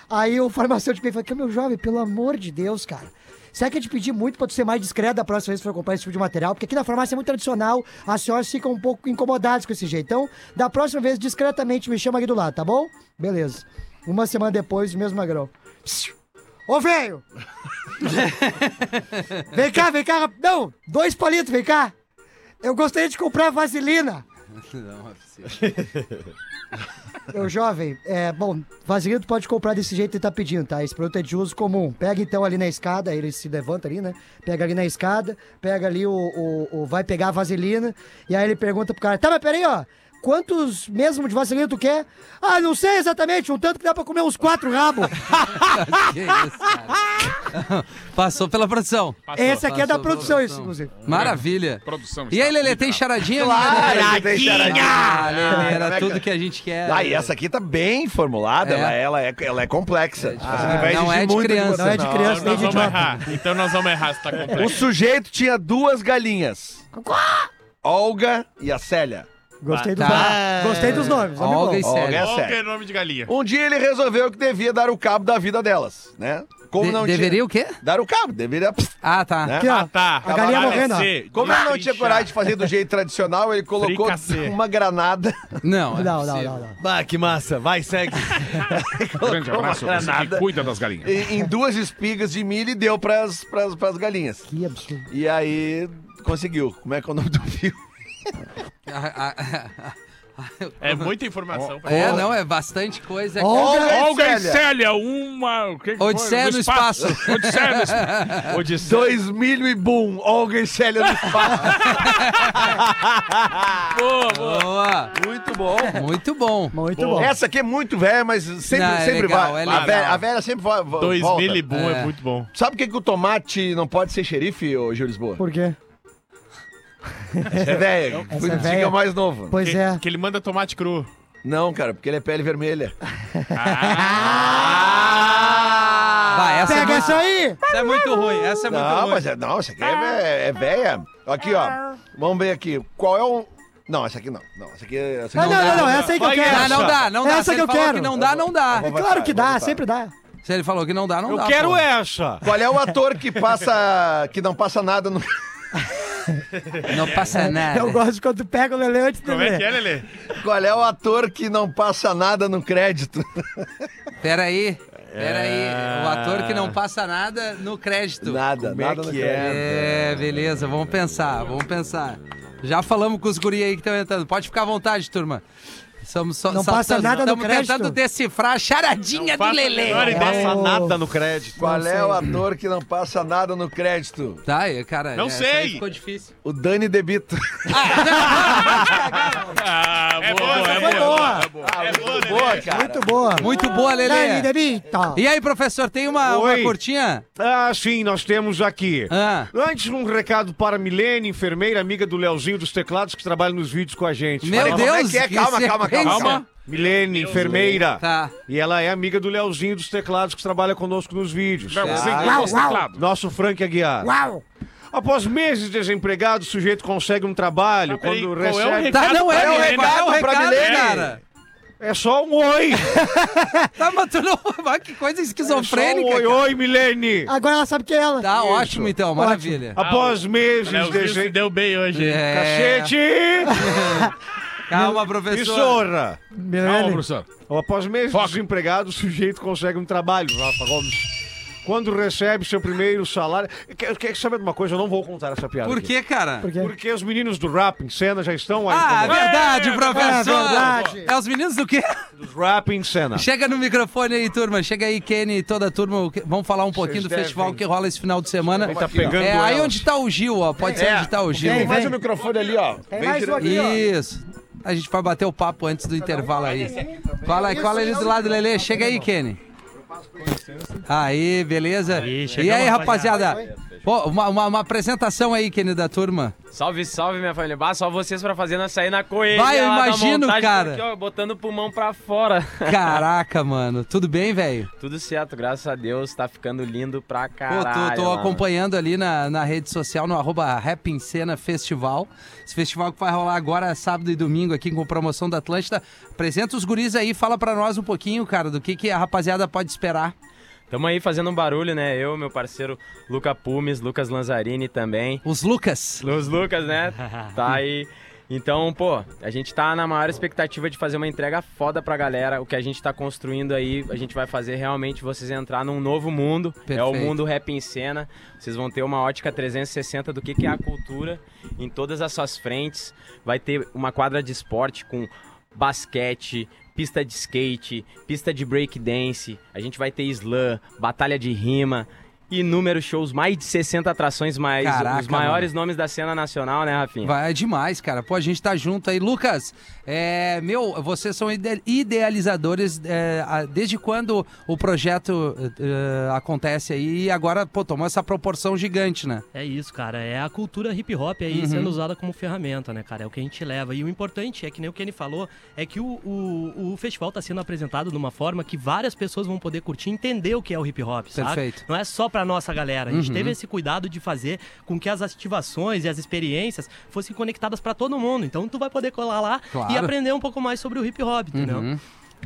Aí o farmacêutico vem e fala, "Que, meu jovem, pelo amor de Deus, cara. Será que eu te pedi muito pra tu ser mais discreto da próxima vez que for comprar esse tipo de material? Porque aqui na farmácia é muito tradicional, as senhoras ficam um pouco incomodadas com esse jeito. Então, da próxima vez, discretamente, me chama aqui do lado, tá bom? Beleza. Uma semana depois, o mesmo magrão. Psiu. Ô, velho! vem cá, vem cá, rap- não! Dois palitos, vem cá! Eu gostaria de comprar vaselina! Não, é possível. Meu jovem, é, bom, vaselina tu pode comprar desse jeito que tá pedindo, tá? Esse produto é de uso comum. Pega então ali na escada, ele se levanta ali, né? Pega ali na escada, pega ali o, o, o- vai pegar a vaselina, e aí ele pergunta pro cara, tá, mas peraí, ó, quantos mesmo de vaselina tu quer? Ah, não sei exatamente, um tanto que dá pra comer uns quatro rabos. Que isso, cara. [laughs] Passou pela produção. Essa aqui é da Passou, produção, produção. isso, inclusive. Maravilha. Produção. E aí, Lelê, tem charadinha? Claro! Ah, Lelê, era tudo que a gente quer. Ah, e essa aqui tá bem formulada, É. ela, ela é, ela é complexa. Ah, não é de criança. Não é de criança nem Então nós de vamos idiota. errar. Então nós vamos errar se tá O complexo. sujeito tinha duas galinhas. Olga e a Célia. Gostei do Tá. nome. Gostei dos nomes, nome Olga bom. e Olga e Célia. a Qual que é Célia. nome de galinha? Um dia ele resolveu que devia dar o cabo da vida delas, né? Como De- não tinha- deveria o quê? Dar o cabo, deveria... Ah, tá. Né? Aqui, ó. Ah, tá. A galinha morrendo, ó. Aparecer, Como é? ele não tinha destrinchar. coragem de fazer do jeito tradicional, ele colocou Fricassê. uma granada. [laughs] Não, é Não, não, possível. não, não. Bah, que massa. Vai, segue. Grande abraço. a Você que cuida das galinhas. em, em duas espigas de milho e deu pras, pras, pras galinhas. Que absurdo. E aí conseguiu. Como é que é o nome do filme? Ah, ah, ah. É muita informação. pra É, não, é bastante coisa. cara. Olga, Olga e Célia, uma. O que que Odisseia Um foi? no espaço. é, Odisseia no espaço. Dois milho e boom. Olga e Célia do espaço. Boa, boa. Boa. Muito bom. Muito bom. muito bom. Essa aqui é muito velha, mas sempre, Não, é sempre legal, vai. é a, legal. velha, a velha sempre vai. vo- Dois volta. mil e bom é. É. muito bom. Sabe por que, que o tomate não pode ser xerife, ô Gil Lisboa? Por quê? É velho. Essa é Diga velha. o mais novo. Pois Que, é. que ele manda tomate cru. Não, cara, porque ele é pele vermelha. Vai, essa é Pega muito, essa aí! essa é muito ruim. Essa é muito Não, ruim. mas é, não, essa aqui é, vé- é velha. Aqui, ó. Vamos ver aqui. Qual é o. Não, essa aqui não. Não, essa aqui. é, Essa Ah, aqui não, não, não, essa aí que eu Vai Ah, quero. não dá, não dá. Essa Se que ele eu falou quero. que não dá, não dá. É claro que Vou dá, votar. sempre dá. Se ele falou que não dá, não Eu dá. quero pô. essa. Qual é o ator que passa. que não passa nada no. [laughs] Não passa nada. É, Eu gosto quando pega o Lelê antes Como é que dele. é, Lelê? Qual é o ator que não passa nada no crédito? [laughs] Pera aí. Pera aí. O ator que não passa nada no crédito. É. Nada, nada no crédito. É, beleza, vamos pensar, vamos pensar. Já falamos com os guri aí que estão entrando. Pode ficar à vontade, turma. Somos só, Não só- passa tam- nada no tamo crédito? tentando decifrar a charadinha do faço a Lelê. menor Não ideia. passa nada no crédito. Qual é o ator que não passa nada no crédito? Tá, eu- cara. Não essa sei. aí Ficou difícil. O Dani Debito. Ah, É boa, boa, é é boa. Boa, É boa, Lelê. Boa, cara. muito boa. [laughs] Muito boa, Dá-lhe, Lelê. Debito. E aí, professor, tem uma, uma Oi. curtinha? Ah, sim, nós temos aqui. Ah. Antes, um recado para a Milene, enfermeira, amiga do Leozinho dos Teclados, que trabalha nos vídeos com a gente. Meu Fala, como é Deus, que é? Calma, calma, calma, sequência. calma. Milene, enfermeira. Tá. E ela é amiga do Leozinho dos Teclados, que trabalha conosco nos vídeos. Não, sim, Uau, esse uau. teclado. Nosso Frank Aguiar. Uau! Após meses desempregado, o sujeito consegue um trabalho. Ah, peraí, quando qual é o recebe. recado? Tá, não é, Qual é o Lelê, qual é o recado pra recado, Milene? cara? É só um oi! Tá, mas tu não... [laughs] Mas Que coisa esquizofrênica, É só um oi, cara. oi, Milene! Agora ela sabe que é ela. Tá ótimo, então. Maravilha. Após meses Léozinho se desempregado. deu bem hoje. hein? É, Cacete! [laughs] Calma, professor. E sorra! Calma, Milene. professor. Após meses desempregado, o sujeito consegue um trabalho, Rafa Gomes. Quando recebe seu primeiro salário. Quer, quer saber de uma coisa? Eu não vou contar essa piada. Por aqui. que, cara? Por quê? Porque os meninos do rap em cena já estão aí. Ah, é conosco. verdade, professor. É verdade. É os meninos do quê? [laughs] Dos rap em cena. Chega no microfone aí, turma. Chega aí, Kenny e toda a turma. O que- Vamos falar um pouquinho do festival que rola esse final de semana. tá pegando É aí elas. onde tá o Gil, ó. Pode ser onde tá o Gil. Vem, Mais o vem. microfone ali, ó. Tem mais um aqui, ó. Isso. A gente vai bater o papo antes do intervalo aí. Cola, aí, cola ali do lado, Lelê. Chega aí, Kenny. Aí, beleza? E aí, rapaziada? Pô, uma, uma- uma apresentação aí, Kenny, da turma. Salve, salve, minha família. Bah, só vocês pra fazer nós sair na correria. Vai, eu lá da imagino, montagem, cara. Aqui, ó, botando o pulmão pra fora. [laughs] Caraca, mano. Tudo bem, velho? Tudo certo, graças a Deus. Tá ficando lindo pra Pô, caralho. tô, tô mano. acompanhando ali na, na rede social, no arroba Rap em Cena Festival. Esse festival que vai rolar agora, sábado e domingo, aqui com promoção da Atlântida. Apresenta os guris aí, fala pra nós um pouquinho, cara, do que, que a rapaziada pode esperar. Tamo aí fazendo um barulho, né? Eu, meu parceiro Luca Pumes, Lucas Lanzarini também. Os Lucas. [laughs] Os Lucas, né? Tá aí. Então, pô, a gente tá na maior expectativa de fazer uma entrega foda pra galera. O que a gente tá construindo aí, a gente vai fazer realmente vocês entrar num novo mundo. É o Perfeito. mundo rap em cena. Vocês vão ter uma ótica 360 do que, que é a cultura em todas as suas frentes. Vai ter uma quadra de esporte com basquete, pista de skate, pista de breakdance. A gente vai ter slam, batalha de rima. Inúmeros shows, mais de 60 atrações, mais Caraca, os maiores nomes da cena nacional, né, Rafinha? Vai é demais, cara. Pô, a gente tá junto aí. Lucas, é, meu, vocês são ide- idealizadores é, a- desde quando o projeto é, é, acontece aí e agora, pô, tomou essa proporção gigante, né? É isso, cara. É a cultura hip hop aí Uhum. sendo usada como ferramenta, né, cara? É o que a gente leva. E o importante é que nem o Kenny falou, é que o, o, o festival tá sendo apresentado de uma forma que várias pessoas vão poder curtir e entender o que é o hip hop, sabe? Perfeito. Não é só pra nossa galera. A gente Uhum. teve esse cuidado de fazer com que as ativações e as experiências fossem conectadas pra todo mundo. Então tu vai poder colar lá e Claro. aprender um pouco mais sobre o hip hop, entendeu? Uhum.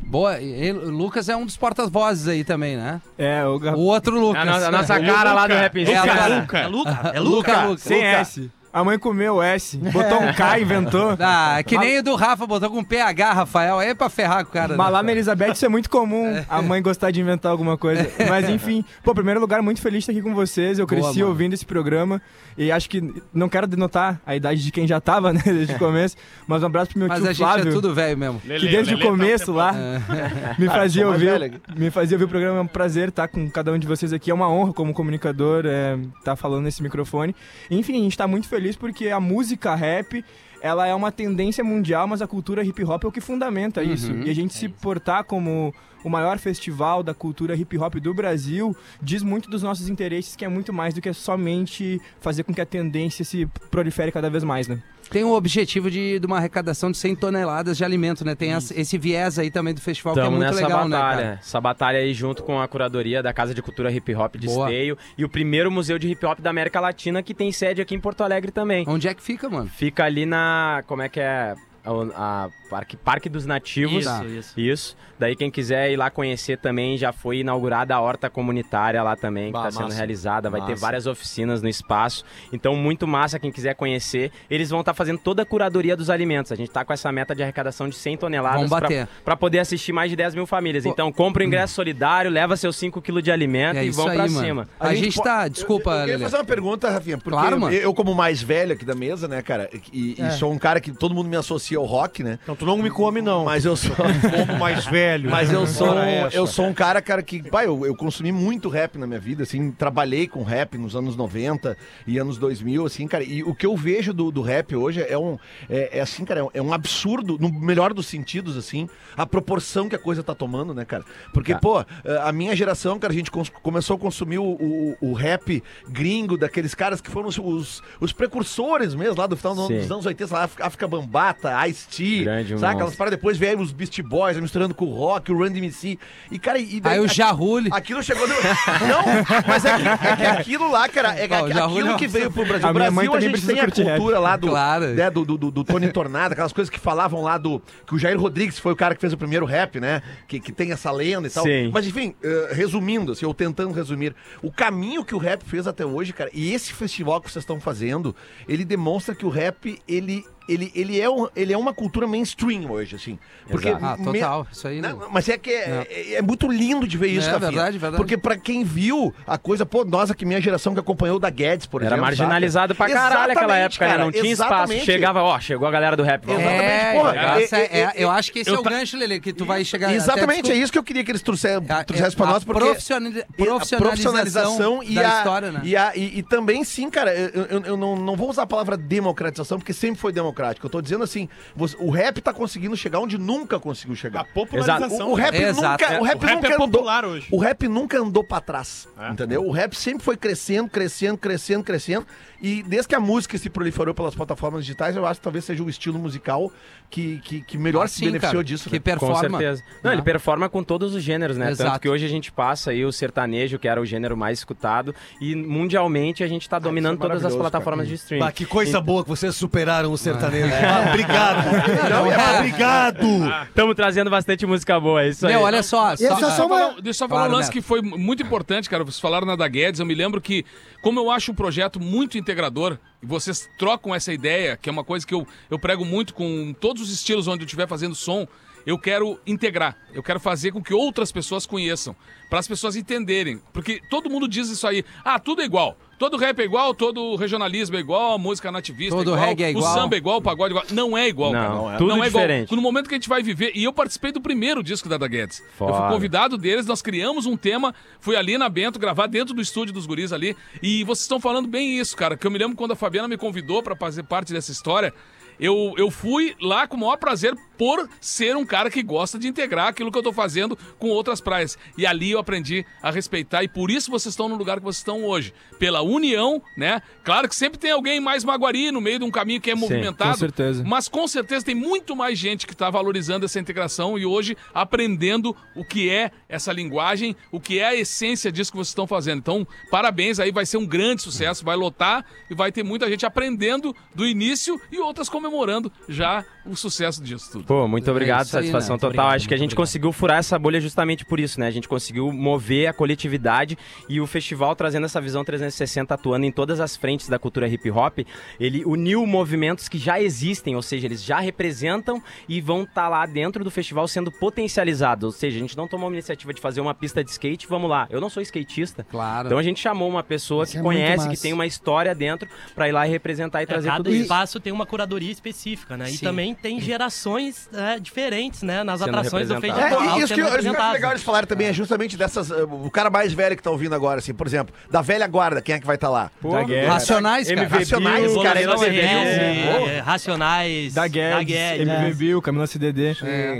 Boa, e- e o Lucas é um dos porta-vozes aí também, né? É, o O outro Lucas. A, no- a nossa né? cara lá do Rap em É a Cena. cara. É Luca, é Luca. Luca, Luca. Sem S. A mãe comeu o S, botou um K, inventou. Ah, é que nem o do Rafa botou com PH, Rafael. Aí é pra ferrar com o cara. Mas né? lá na Elizabeth isso é muito comum, a mãe gostar de inventar alguma coisa. Mas enfim, pô, em primeiro lugar, muito feliz de estar aqui com vocês. Eu É. Boa, cresci mano. ouvindo esse programa e acho que não quero denotar a idade de quem já tava, né, desde o começo. Mas um abraço pro meu Mas tio a gente Flávio. é tudo velho mesmo. Que desde o tá começo lá [laughs] me fazia sou mais ouvir, velho. me fazia ouvir o programa. É um prazer estar com cada um de vocês aqui. É uma honra como comunicador é, estar falando nesse microfone. Enfim, a gente está muito feliz porque a música rap ela é uma tendência mundial, mas a cultura hip hop é o que fundamenta Uhum. isso. E a gente É se portar como o maior festival da cultura hip hop do Brasil diz muito dos nossos interesses, que é muito mais do que somente fazer com que a tendência se prolifere cada vez mais, né? Tem o objetivo de, de uma arrecadação de 100 toneladas de alimento, né? Tem essa- esse viés aí também do festival que é Tamo muito nessa legal, né, batalha. cara? Essa batalha aí junto com a curadoria da Casa de Cultura Hip Hop de Boa. Esteio e o primeiro museu de hip hop da América Latina que tem sede aqui em Porto Alegre também. Onde é que fica, mano? Fica ali na, como é que é, a, a- Parque, Parque dos Nativos. Tá. Isso, isso. Isso. Daí quem quiser ir lá conhecer também, já foi inaugurada a horta comunitária lá também, que Bah, está sendo massa. realizada. Vai ter Massa. várias oficinas no espaço. Então, muito massa quem quiser conhecer. Eles vão estar fazendo toda a curadoria dos alimentos. A gente tá com essa meta de arrecadação de 100 toneladas Vamos bater. para poder assistir mais de 10 mil famílias. Pô. Então, compra o ingresso solidário, leva seus 5 quilos de alimento É e isso vão aí, pra mano. cima. A, gente, po- tá. eu- Desculpa, Eu, eu queria Lelê. fazer uma pergunta, Rafinha. Porque Claro, mano. É. Eu, eu, como mais velho aqui da mesa, né, cara? E, e sou um cara que todo mundo me associa ao rock, né? Então tu não me come, não. Mas eu sou. um Como mais velho. né? Mas eu sou, Ora essa. eu sou um cara, cara, que, pai, eu, eu consumi muito rap na minha vida, assim, trabalhei com rap nos anos 90 e anos 2000, assim, cara, e o que eu vejo do, do rap hoje é um, é, é assim, cara, é um- é um absurdo, no melhor dos sentidos, assim, a proporção que a coisa tá tomando, né, cara? Porque, Tá. pô, a minha geração, cara, a gente cons- começou a consumir o, o- o rap gringo, daqueles caras que foram os, os, os precursores mesmo, lá do final do- Sim. dos anos 80, sei lá, África Bambata, Ice-T, Grande saca? monstro. Aquelas para depois vieram os Beast Boys né, misturando com o rock, o Randy MC. E, cara, e Aí o Jarrulli. Aquilo chegou no... Não, mas é que, é que aquilo lá, cara, é, que- Não, o Jarrulli é aquilo uma que veio pro Brasil. A O minha mãe Brasil, a também gente precisa tem a curtir rap. cultura lá do, Claro. né, do, do, do- do Tony Tornado, aquelas coisas que falavam lá do... Que o Jair Rodrigues foi o cara que fez o primeiro rap, né? Que, que tem essa lenda e tal. Sim. Mas, enfim, eh, resumindo, assim, ou tentando resumir, o caminho que o rap fez até hoje, cara, e esse festival que vocês estão fazendo, ele demonstra que o rap, ele... Ele, ele, é um, ele é uma cultura mainstream hoje, assim. Porque Ah, me- total. Isso aí. né? não, não, mas é que é, é- é muito lindo de ver isso, É, Rafinha. verdade, verdade. Porque pra quem viu a coisa, pô, nós aqui, minha geração que acompanhou o da Guedes, por Era exemplo. marginalizado pra saca? caralho aquela Exatamente, época, né? Não cara, tinha espaço. exatamente. Chegava, ó, chegou a galera do rap. vamos lá. É, Exatamente, porra. essa É, é- é, eu acho que esse eu é o tra- gancho, Lelê, que tu vai chegar. Exatamente, é até, isso que eu queria que eles trouxessem, A- trouxessem pra a nós, porque... profissionali- profissionalização e, da a, história, né? e, a- e- e também, sim, cara, eu, eu- eu não, não vou usar a palavra democratização, porque sempre foi democrático. Eu tô dizendo assim, você- o rap tá conseguindo chegar onde nunca conseguiu chegar. A popularização. O, o rap Exato. nunca, o rap O rap nunca é andou- popular hoje. É. O rap nunca andou pra trás, entendeu? O rap sempre foi crescendo, crescendo, crescendo, crescendo. E desde que a música se proliferou pelas plataformas digitais, eu acho que talvez seja o estilo musical que, que, que melhor se Ah, Sim, beneficiou cara, disso. Que né? Com performa. certeza. Não, ele performa com todos os gêneros, né? Exato. Tanto que hoje a gente passa aí o sertanejo, que era o gênero mais escutado, e mundialmente a gente tá dominando todas as maravilhoso, plataformas cara. de streaming. que coisa boa que vocês superaram o sertanejo. [laughs] Obrigado. Então, Não, é obrigado. Estamos trazendo bastante música boa, é isso aí. Meu, olha só. E essa só- é só uma... Deixa eu só falar Claro, um lance Neto. que foi muito importante, cara. Vocês falaram na da Guedes, eu me lembro que, como eu acho o projeto muito integrador, e vocês trocam essa ideia, que é uma coisa que eu, eu prego muito com todos os estilos onde eu estiver fazendo som, eu quero integrar. Eu quero fazer com que outras pessoas conheçam, para as pessoas entenderem. Porque todo mundo diz isso aí. Ah, tudo é igual. Todo rap é igual, todo regionalismo é igual, a música nativista Todo é igual, reggae é igual. o samba é igual, o pagode é igual. Não é igual, Não, cara. tudo não é igual. diferente. No momento que a gente vai viver, e eu participei do primeiro disco da Da Guedes. Eu fui Foda. convidado deles, nós criamos um tema, fui ali na Bento gravar dentro do estúdio dos guris ali, e vocês estão falando bem isso, cara, que eu me lembro quando a Fabiana me convidou pra fazer parte dessa história, eu, eu fui lá com o maior prazer por ser um cara que gosta de integrar aquilo que eu tô fazendo com outras praias. E ali eu aprendi a respeitar, e por isso vocês estão no lugar que vocês estão hoje. Pela união, né? Claro que sempre tem alguém mais maguari no meio de um caminho que é movimentado. com certeza. Mas com certeza tem muito mais gente que está valorizando essa integração e hoje aprendendo o que é essa linguagem, o que é a essência disso que vocês estão fazendo. Então, parabéns aí, vai ser um grande sucesso, vai lotar e vai ter muita gente aprendendo do início e outras comemorando já o sucesso disso tudo. Pô, muito obrigado, isso aí, satisfação Neto, total. obrigado, Acho que a muito gente obrigado. conseguiu furar essa bolha justamente por isso, né? A gente conseguiu mover a coletividade e o festival trazendo essa visão 360 atuando em todas as frentes da cultura hip hop, ele uniu movimentos que já existem, ou seja, eles já representam e vão estar lá dentro do festival sendo potencializados. Ou seja, a gente não tomou a iniciativa de fazer uma pista de skate, vamos lá. Eu não sou skatista. Claro. Então a gente chamou uma pessoa Isso que é muito conhece, que massa. tem uma história dentro, pra ir lá e representar e É, trazer cada tudo isso. espaço tem uma curadoria específica, né? E Sim. também tem gerações né, diferentes, né? Nas Sendo atrações do representadas. festival. É, e sendo isso que eu acho que é representadas. legal eles falarem também é justamente dessas. eh, O cara mais velho que tá ouvindo agora, assim, por exemplo, da velha guarda, quem é que vai estar lá? Da guerra. Racionais, cara. MV Racionais, Bill, cara, é não Bolsonaro, é, é, Racionais, é. Da Guedes, MV Bill, Camila CDD.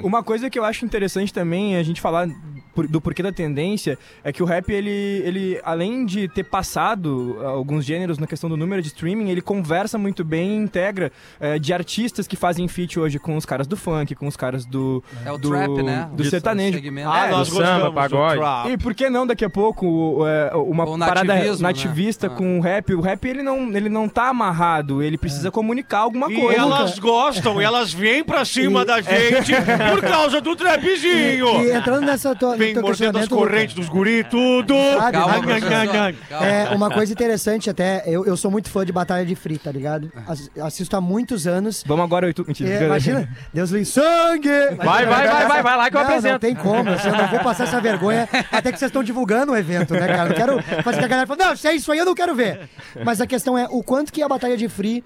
Uma coisa que eu acho interessante também é a gente falar por- do porquê da tendência é que o rap, ele, ele, além de ter passado ah, alguns gêneros na questão do número de streaming, ele conversa muito bem e integra eh, de artistas que fazem feat hoje com os caras do funk, com os caras do. É o do, trap, né? Do Esse sertanejo. segmento. É, Ah, É, do nós samba, pagode. Ah. E por que não daqui a pouco o, é, uma Com parada nativismo, nativista né? Ah. com o rap? O rap ele não, ele não tá amarrado, ele precisa comunicar alguma E coisa. elas gostam, e elas vêm pra cima É. da gente por causa do trapzinho. E entrando nessa tua, no Vem teu mordendo as questionamento, correntes dos guri, tudo. sabe? Ai, Calma, ai, professor, ai, ai. calma. É, uma coisa interessante até, eu, eu sou muito fã de Batalha de Free, tá ligado? As- assisto há muitos anos. Vamos agora, oito. Mentira, É, brincadeira. imagina, Deus lhe sangue! Vai, vai, vai, vai, vai lá que eu não, apresento. Não tem como, assim, eu não vou passar essa vergonha, até que vocês estão divulgando o evento, né, cara? Não quero fazer que a galera fale, não, se é isso aí, eu não quero ver. Mas a questão é, o quanto que a Batalha de Free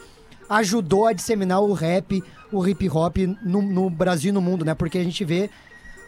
ajudou a disseminar o rap, o hip hop no, no Brasil e no mundo, né? Porque a gente vê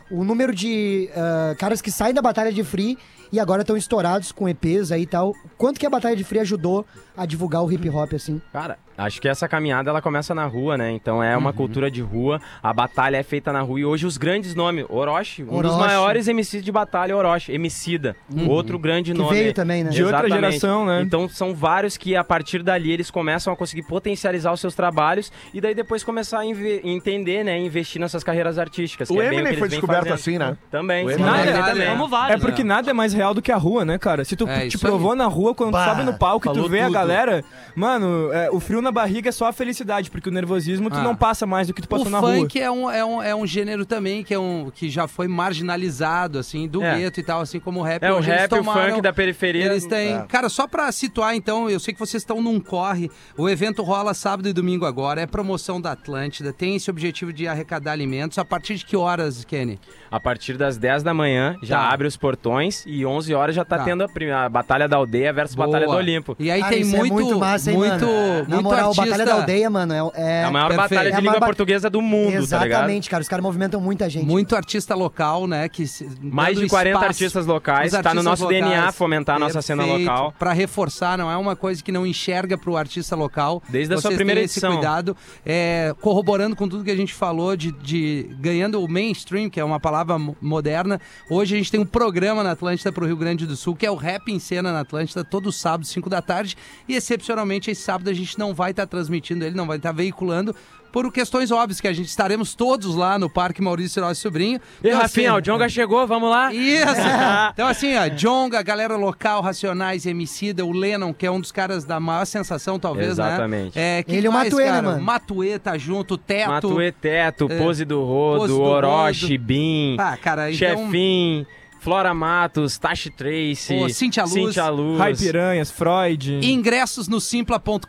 o número de ah, caras que saem da Batalha de Free e agora estão estourados com EPs aí e tal. Quanto que a Batalha de Free ajudou a divulgar o hip hop, assim? Cara, acho que essa caminhada ela começa na rua, né? Então é uma cultura de rua, a batalha é feita na rua e hoje os grandes nomes, Orochi, um dos Orochi. maiores MCs de batalha, é Orochi, Emicida, outro grande Que nome. veio também, né? De outra Exatamente. geração, né? Então são vários que a partir dali eles começam a conseguir potencializar os seus trabalhos e daí depois começar a inve- entender, né, investir nessas carreiras artísticas. O que é bem o que Eminem eles foi vêm descoberto fazendo. assim, né? Também. O sim. Eminem- Nada, Verdade, também. Como É vários. porque nada é mais real do que a rua, né, cara? Se tu É, te isso provou aí. na rua, quando Bah, tu sobe no palco e tu falou vê a tudo. galera, mano, é, o frio na barriga é só a felicidade, porque o nervosismo tu Ah. não passa mais do que tu O passou na rua. funk é um, é, um, é um gênero também que, é um, que já foi marginalizado, assim, do É. gueto e tal, assim como o rap. É o Hoje eles rap, o tomaram- funk da periferia. Eles têm. Cara, só pra situar, então, eu sei que vocês estão num corre. O evento rola sábado e domingo agora. É promoção da Atlântida. Tem esse objetivo de arrecadar alimentos. A partir de que horas, Kenny? A partir das 10 da manhã já Tá. abre os portões e 11 horas já tá, Tá. tendo a, primeira, a Batalha da Aldeia versus Batalha do Boa. Olimpo. E aí Cara, tem isso muito. é muito massa, hein, muito, mano? Na muito moral, artista. Batalha da Aldeia, mano, é- é... É a maior perfeito. batalha É a de maior língua bat- portuguesa do mundo, tá ligado? Exatamente, cara. Os caras movimentam muita gente. Muito artista local, né? Que se- Mais dando de 40 espaço artistas locais, pros tá no artistas nosso locais. DNA fomentar a nossa cena Perfeito. local. Pra reforçar, não é uma coisa que não enxerga pro artista local. Desde a sua Vocês primeira têm esse edição. cuidado, é, corroborando com tudo que a gente falou de, de ganhando o mainstream, que é uma palavra mo- moderna. Hoje a gente tem um programa na Atlântida pro Rio Grande do Sul, que é o Rap em Cena na Atlântida, todo tá sábado, 5 da tarde. E excepcionalmente, esse sábado a gente não vai estar transmitindo ele, não vai estar tá veiculando. por questões óbvias, que a gente estaremos todos lá no Parque Maurício Nosso Sobrinho. Então, E Rafinha, assim, o Djonga chegou, vamos lá? Isso! [laughs] então, assim, ó, Jonga, galera local, Racionais, Emicida, o Lennon, que é um dos caras da maior sensação, talvez, Exatamente. né? É, quem Ele e o mais, Matuê, né, cara? mano? Matuê tá junto, Teto. Matuê Teto, É. Pose do Pose do Rodo, Orochi, Rodo. Bin, Ah, cara, então... Chefim, Flora Matos, Tashi Trace, Pô, Cintia Luz. Luz. Rai Piranhas, Freud. Ingressos no simpla.com.br,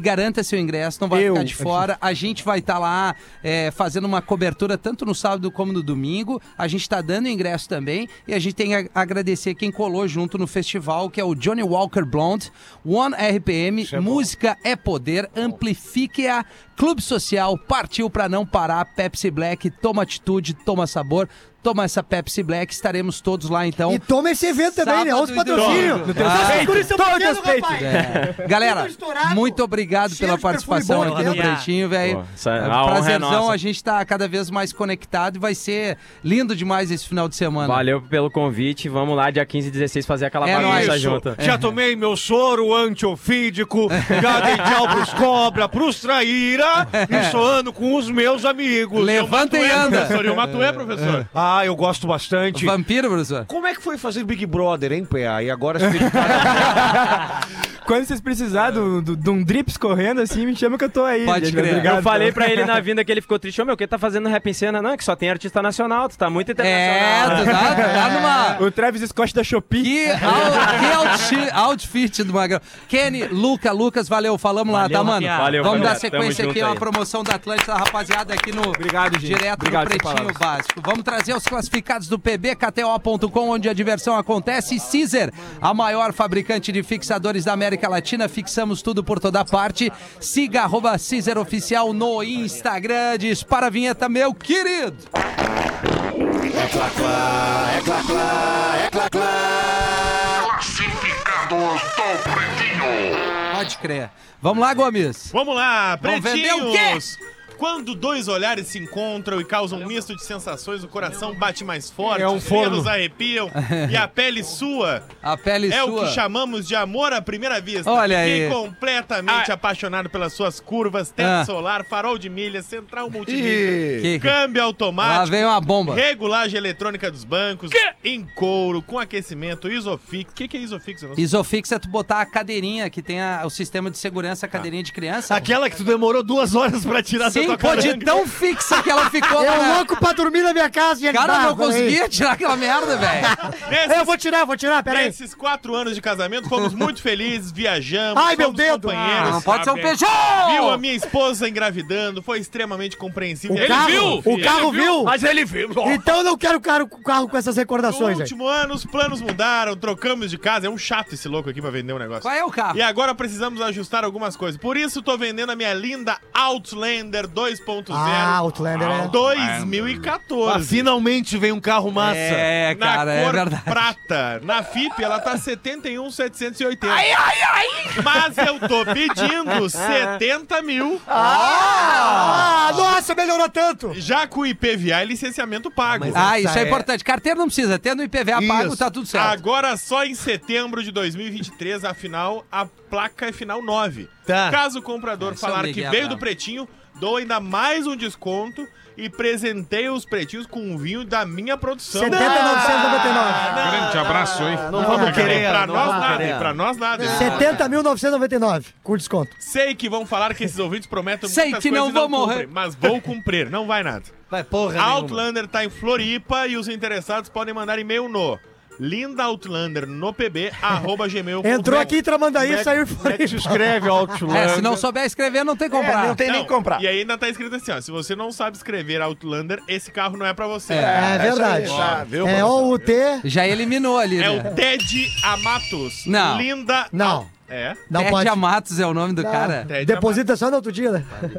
garanta seu ingresso, não vai Eu. ficar de fora. A gente vai estar lá é, fazendo uma cobertura tanto no sábado como no domingo. A gente está dando ingresso também e a gente tem a agradecer quem colou junto no festival, que é o Johnny Walker Blonde, One RPM, Música é Poder, Amplifique-a, Clube Social, Partiu Pra Não Parar, Pepsi Black, Toma Atitude, Toma Sabor. Toma essa Pepsi Black, estaremos todos lá então. E toma esse evento também, né? Olha os Sábado e domingo. patrocínios. No teu peito. Toma os teus peitos. É. Galera, Tudo estourado. muito obrigado Cheiro pela de perfume participação bom aqui aqui no dentro. Pretinho, velho. Pô, essa- É um a honra é Prazerzão, nossa. a gente tá cada vez mais conectado e vai ser lindo demais esse final de semana. Valeu pelo convite, vamos lá, dia 15 e 16, fazer aquela É bagunça nóis. É. junta. Já tomei meu soro antiofídico, já dei tchau pros cobra, pros traíra [laughs] É. e só ando com os meus amigos. Levanta e anda. Professor, e o É. Matuê, professor? Ah, eu gosto bastante. Vampiro, professor? Como é que foi fazer Big Brother, hein, PA? E agora se dedicar Quando vocês precisarem do- do- de um drips correndo assim, me chama que eu tô aí. Pode gente. tá crer. Obrigado. Eu falei pra ele na vinda que ele ficou triste. Ô, meu, que tá fazendo rap em cena? Não, é que só tem artista nacional, tu tá muito É, internacional. tu tá, tu tá É, [laughs] numa. O Travis Scott da Shopee. Que, out- que outfit, outfit do Magrão. Kenny, Luca, Lucas, valeu. Falamos lá, Valeu, tá, mano? rapaziada. Valeu, Vamos valeu. dar sequência Tamo aqui, junto ó, a aí. promoção da Atlântida, rapaziada, aqui no Obrigado, gente. direto Obrigado no pelas Pretinho palavras. Básico. Vamos trazer os classificados do PB, KTO.com, onde a diversão acontece. E Caesar, a maior fabricante de fixadores da América Latina, fixamos tudo por toda parte. Siga arroba Caesar Oficial no Instagram. Dispara a vinheta, meu querido. Pode crer. Vamos lá, Gomes. Vamos lá, Vão vender o pretinhos! Quando dois olhares se encontram e causam um misto de sensações, o coração bate mais forte, É um os forno. pelos arrepiam e a pele sua. [laughs] A pele É o sua. que chamamos de amor à primeira vista. Olha Fiquei aí. completamente apaixonado pelas suas curvas, teto Ah. solar, farol de milha, central multimídia, Que- câmbio Lá automático, vem uma bomba. regulagem eletrônica dos bancos, em couro, com aquecimento, isofix. O que, que é isofix? Eu não sei. Isofix é tu botar a cadeirinha que tem a- o sistema de segurança, a cadeirinha de criança. Aquela que tu demorou duas horas pra tirar Sim, da tua pô, de caranga. tão fixa que ela ficou. [laughs] Eu cara. louco pra dormir na minha casa, gente. Cara, eu Ah, não peraí. conseguia tirar aquela merda, velho. [laughs] Nesses- É, Eu vou tirar, vou tirar, peraí. Nesses quatro anos de casamento, fomos muito felizes, viajamos, Ai, meu fomos dedo! companheiros. Não pode ser um peixão! Viu a minha esposa engravidando, foi extremamente compreensível. O Ele carro, viu? O carro viu? Mas ele viu. Então eu não quero carro, carro com essas No recordações, velho. último ano, os planos mudaram, trocamos de casa. É um chato esse louco aqui pra vender um negócio. Qual é o carro? E agora precisamos ajustar algumas coisas. Por isso, tô vendendo a minha linda Outlander 2.0. Ah, Outlander é. 2014. Ah, finalmente vem um carro massa. É, na cara, é cor verdade. prata. Na FIP ela tá 71,780. Ai, ai, ai! Mas eu tô pedindo 70 mil, Ah, nossa, melhorou tanto. já com IPVA e licenciamento pago. Ah, isso Essa é é- importante. Carteira não precisa. Tendo IPVA pago, Isso. tá tudo certo. Agora só em setembro de 2023, afinal, a placa é final 9. Tá. Caso o comprador Esse é o falar que Miguel veio Bravo. do Pretinho, dou ainda mais um desconto e presenteio os Pretinhos com um vinho da minha produção. 70.999. Grande abraço, hein? Não vamos querer, pra não nós vamos nada, querer. hein? pra nós nada. 70.999. Com desconto. Sei que vão falar que esses ouvintes prometem Sei muitas que não coisas e vou morrer. cumprem, mas vou cumprir, não vai nada. Vai, porra nenhuma. Outlander tá em Floripa e os interessados podem mandar e-mail no lindaoutlandernopb@gmail.com. Entrou aqui em Tramandaí e saiu Como é que se escreve Outlander? É, se não souber escrever, não É, tem que comprar. não tem nem que comprar. E aí ainda tá escrito assim, ó, se você não sabe escrever Outlander, esse carro não é pra você. É. [laughs] É verdade. isso aí, tá, viu, É produção? OUT. Já eliminou ali, É né? o Ted Amatos. Não. Linda. Não. É. Não Ted pode. Amatos é o nome do cara. Ted Deposita só no outro dia, né? Amatos.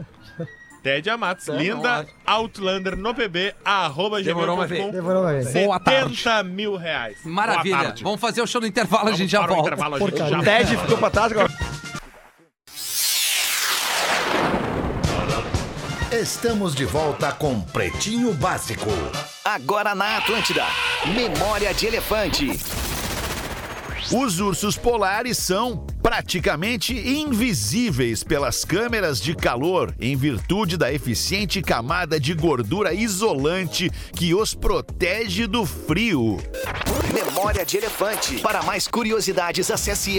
Ted Amatos. Linda Outlander no pb, arroba Demorou, mas veio. gmail.com. Demorou, velho. Boa tarde. 70 mil reais. Boa Maravilha. tarde. Vamos fazer o show no intervalo, a gente já para o volta. intervalo, a gente já O Ted ficou pra trás agora. Estamos de volta com Pretinho Básico. Agora na Atlântida. Memória de Elefante. Os ursos polares são praticamente invisíveis pelas câmeras de calor em virtude da eficiente camada de gordura isolante que os protege do frio. Memória de elefante. Para mais curiosidades, acesse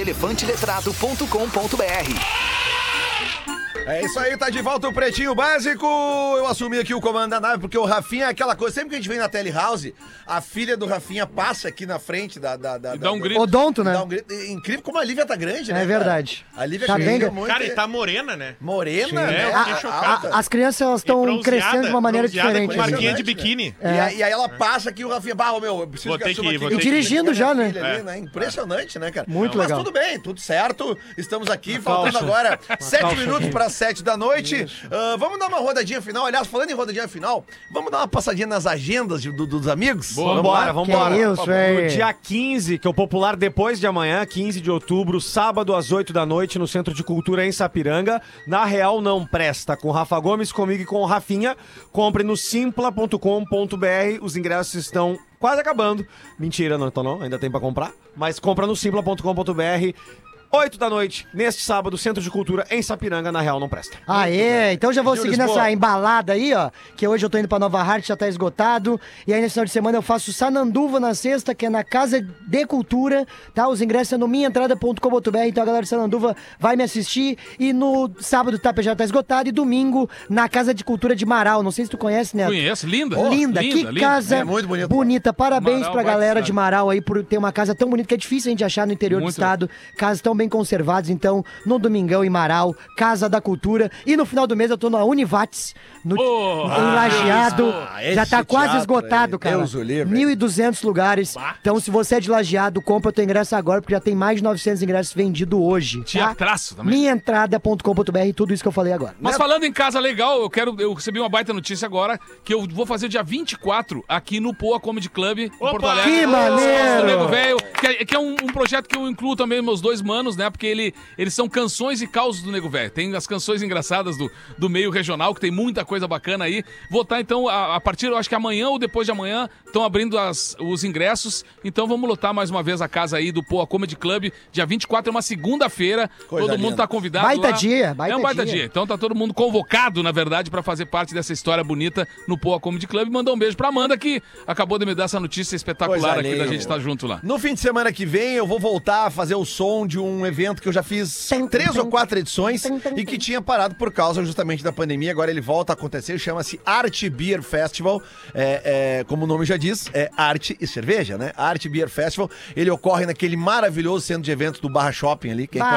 elefanteletrado.com.br. É isso aí, tá de volta o Pretinho Básico. Eu assumi aqui o comando da nave, porque o Rafinha é aquela coisa. Sempre que a gente vem na telehouse, a filha do Rafinha passa aqui na frente da. da, da e dá um grito. Odonto, né? Dá um grito. E Incrível como a Lívia tá grande, É né? cara? verdade. A Lívia Tá cresceu bem- muito. Cara, e tá morena, né? Morena, Sim. né? É, eu fiquei A- a- chocado. a- As crianças estão Bronzeada, crescendo de uma maneira bronzeada diferente. Com marquinha né? de biquíni. E, aí, e aí ela passa aqui o Rafinha, bah, ô, meu, eu preciso Vou ter assuma que ir, aqui. vou ter que ir. Dirigindo já, né? Filha ali, É. Impressionante, né, cara? Muito Mas legal. tudo bem, tudo certo. Estamos aqui, Uma faltando calça. agora Uma sete calça minutos aqui. para sete da noite. Ah, vamos dar uma rodadinha final. Aliás, falando em rodadinha final, vamos dar uma passadinha nas agendas de- do- dos amigos? Vambora, vambora. Que Por favor. No dia 15, que é o popular depois de amanhã, 15 de outubro, sábado às 8 da noite, no Centro de Cultura em Sapiranga. Na Real Não Presta, com Rafa Gomes, comigo e com o Rafinha. Compre no simpla.com.br. Os ingressos estão quase acabando. Mentira, não, então não, ainda tem pra comprar. Mas compra no simpla.com.br. 8 da noite, neste sábado, Centro de Cultura em Sapiranga, na Real Não Presta. né? Aê, então já vou Júlio seguir Lisboa. nessa embalada aí, ó. Que hoje eu tô indo pra Nova Hart, já tá esgotado. E aí, nesse final de semana, eu faço Sananduva na sexta, que é na Casa de Cultura, tá? Os ingressos são no minhaentrada.com.br. Então a galera de Sananduva vai me assistir. E no sábado, tá, já tá esgotado. E domingo, na Casa de Cultura de Marau. Não sei se tu conhece, né? Conheço, linda. linda, que linda, linda. casa É muito bonita. Parabéns Marau, pra baita galera cidade. de Marau aí por ter uma casa tão bonita que é difícil a gente achar no interior Muito. do estado. Casas tão bem conservadas, então, no Domingão em Marau, Casa da Cultura. E no final do mês eu tô na Univates, no em Lajeado. ah, esse Já tá quase teatro esgotado, aí, cara. Deus o livre. 1.200 lugares. Então, se você é de Lajeado, compra o teu ingresso agora, porque já tem mais de 900 ingressos vendidos hoje. Tá? Teatraço também. Minhaentrada.com.br, tudo isso que eu falei agora. Mas falando em casa legal, eu quero. Eu recebi uma baita notícia agora que eu vou fazer dia 24 aqui no Poa Comedy Club, em Porto Alegre. Que Os maneiro! do Nego Velho, que é, que é um, um projeto que eu incluo também meus dois manos, né? Porque ele, eles são canções e causos do Nego Velho. Tem as canções engraçadas do, do meio regional, que tem muita coisa bacana aí. Vou estar, então, a, a partir, eu acho que amanhã ou depois de amanhã, estão abrindo as- os ingressos. Então vamos lotar mais uma vez a casa aí do Poa Comedy Club. Dia 24 é uma segunda-feira. Coisa Todo mundo linda. tá convidado. Baita lá. dia, baita é um baita dia. dia. Então tá todo mundo convocado, na verdade, pra fazer parte dessa história bonita no Poa Comedy Club. Mandar um beijo pra Amanda, que acabou de me dar essa notícia espetacular Coisa aqui linda. da gente estar junto lá. No fim de semana que vem, eu vou voltar a fazer o som de um evento que eu já fiz três ou quatro edições e que tinha parado por causa justamente da pandemia. Agora ele volta a acontecer, chama-se Art Beer Festival. É, é, como o nome já diz, é arte e cerveja, né? Art Beer Festival. Ele ocorre naquele maravilhoso centro de eventos do Barra Shopping ali, quem Ah,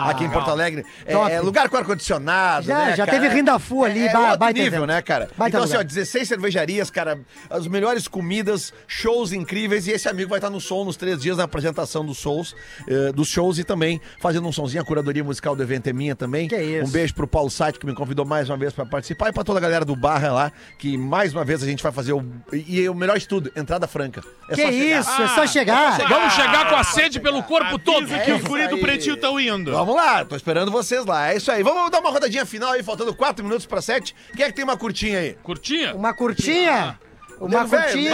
conhece, aqui em legal. Porto Alegre. É, Top. é lugar com ar-condicionado. Já- né, já cara? teve Rindafu ali, É, é ba- outro baita nível, evento. né, cara? Baita então, assim, ó, lugar. 16 cervejarias, cara, as melhores comidas, shows incríveis. E esse amigo vai estar no som nos três dias na apresentação dos shows, eh, dos shows e também fazendo um sonzinho. A curadoria musical do evento é minha também. Que isso. Um beijo pro Paulo Sati, que me convidou mais uma vez pra participar, e pra toda a galera do Barra lá, que mais uma vez a gente vai fazer o. E e o melhor de tudo, entrada franca. É Que só chegar. isso, é só chegar. Vamos chegar com a sede pelo corpo todo. que os guris do Pretinho estão indo. Vamos lá, tô esperando vocês lá. É isso aí. Vamos dar uma rodadinha final aí, faltando 4 minutos pra 7. Quem é que tem uma curtinha aí? Curtinha? Uma curtinha? Uma Nego velho, curtinha?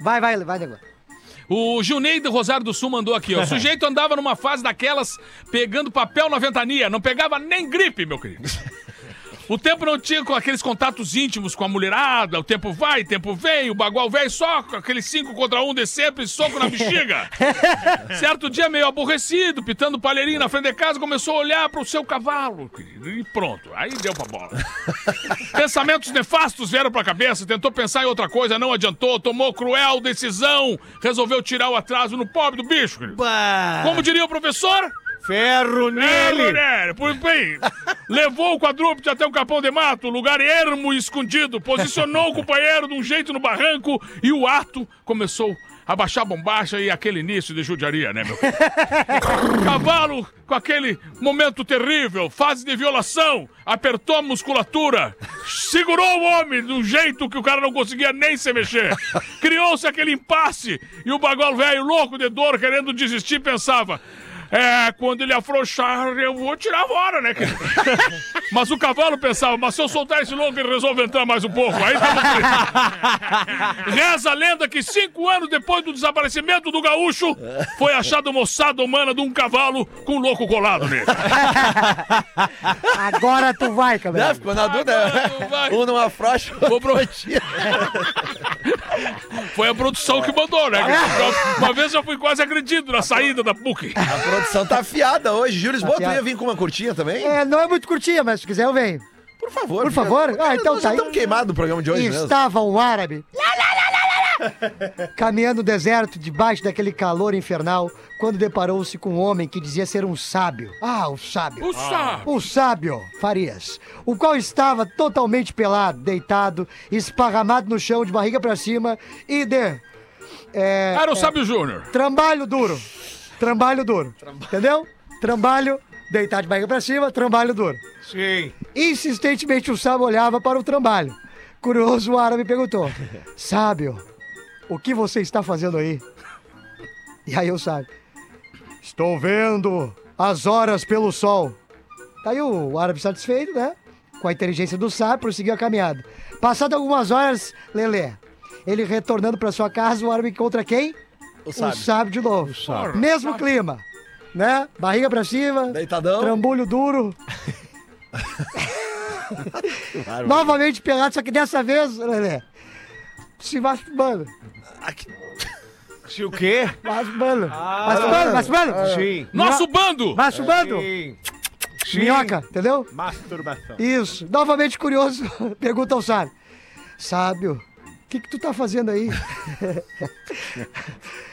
vai. Vai, vai, vai, Nego. O Gilneide Rosário do Sul mandou aqui, ó. O sujeito andava numa fase daquelas pegando papel na ventania, não pegava nem gripe, meu querido. O tempo não tinha com aqueles contatos íntimos com a mulherada, o tempo vai, o tempo vem, o bagual vem só, com aqueles cinco contra um de sempre, soco na bexiga. certo dia, meio aborrecido, pitando palheirinho na frente de casa, começou a olhar pro seu cavalo, querido, e pronto, aí deu pra bola. Pensamentos nefastos vieram pra cabeça, tentou pensar em outra coisa, não adiantou, tomou cruel decisão, resolveu tirar o atraso no pobre do bicho, querido. Como diria o professor? É, Ferro nele! Pois bem, levou o quadrúpede até o capão de mato, lugar ermo e escondido, posicionou o companheiro de um jeito no barranco e o ato começou a baixar a bombacha e aquele início de judiaria, né, meu? Cavalo com aquele momento terrível, fase de violação, apertou a musculatura, segurou o homem de um jeito que o cara não conseguia nem se mexer. Criou-se aquele impasse e o bagulho velho louco de dor querendo desistir pensava: É, quando ele afrouxar, eu vou tirar fora, né, cara? [laughs] mas o cavalo pensava, mas se eu soltar esse louco, ele resolve entrar mais um pouco. Aí tamo frito. Reza a lenda que cinco anos depois do desaparecimento do gaúcho, foi achado moçada humana de um cavalo com um louco colado nele. Agora tu vai, cabelo. Não, ficou na dúvida. é Um numa frocha, Vou pro... Foi a produção que mandou, né? Uma vez eu fui quase agredido na saída da PUC. A produção tá afiada hoje. Júlio Lisboa, tu afiada. ia vir com uma curtinha também? É, não é muito curtinha, mas se quiser eu venho. Por favor. Por favor? Ah, então Nós tá já aí. estamos queimados no programa de hoje né? mesmo. Estava um árabe. lá, lá, lá, lá, lá, lá, Caminhando no deserto, debaixo daquele calor infernal, quando deparou-se com um homem que dizia ser um sábio. Ah, o sábio. O sábio. O sábio Farias. O qual estava totalmente pelado, deitado, esparramado no chão, de barriga pra cima e de. É, Era o é, Sábio Júnior. Trambalho duro. Trambalho duro. Entendeu? Trambalho, deitar de barriga pra cima, trambalho duro. Sim. Insistentemente o sábio olhava para o trambalho. Curioso, o árabe perguntou: Sábio, o que você está fazendo aí? E aí o sábio: Estou vendo as horas pelo sol. Daí o árabe satisfeito, né? Com a inteligência do sábio, prosseguiu a caminhada. Passado algumas horas, Lelê, ele retornando para sua casa, o árabe encontra quem? O sábio. de novo. Mesmo clima, né? Barriga pra cima, Deitadão. trambulho duro, [laughs] Novamente pelado, só que dessa vez, Lelê, se masturbando. Se o quê? Masturbando. masturbando, masturbando. Sim. É. Nosso bando! Masturbando. Sim. Sim. Minhoca, entendeu? Masturbação. Isso. Novamente curioso, [laughs] pergunta ao sábio. Sábio, o que que tu tá fazendo aí? [laughs]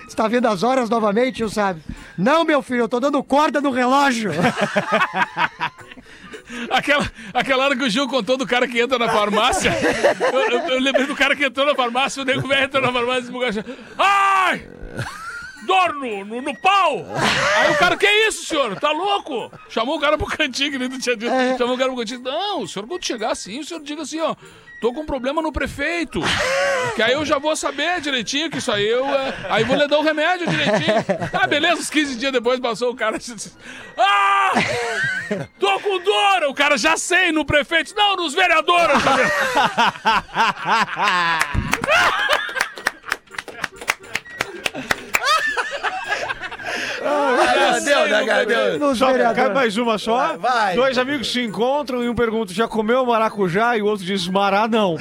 Está vendo as horas novamente, o sábio? Não, meu filho, eu tô dando corda no relógio. Aquela, aquela hora que o Gil contou do cara que entra na farmácia. Eu, eu- eu lembrei do cara que entrou na farmácia, o nego velho entrou na farmácia e esse lugar chama, Ai! Dor no, no, no pau! Aí o cara, que isso, senhor? Tá louco? Chamou o cara pro cantinho, que nem tu tinha dito. Chamou o cara pro cantinho. Não, o senhor quando chegar assim, o senhor diga assim, ó. Tô com um problema no prefeito. Que aí eu já vou saber direitinho que isso aí eu. é, Aí vou lhe dar o remédio direitinho. Tá, beleza, uns 15 dias depois passou o cara. [laughs] Ah! Tô com dor! O cara já sei no prefeito. Não, nos vereadores! tá vendo? Ah, deu, né, cara? Deu. Nos Só vereadores. cai mais uma só. Vai, vai. Dois amigos se encontram e um pergunta: já comeu maracujá? E o outro diz: mará não.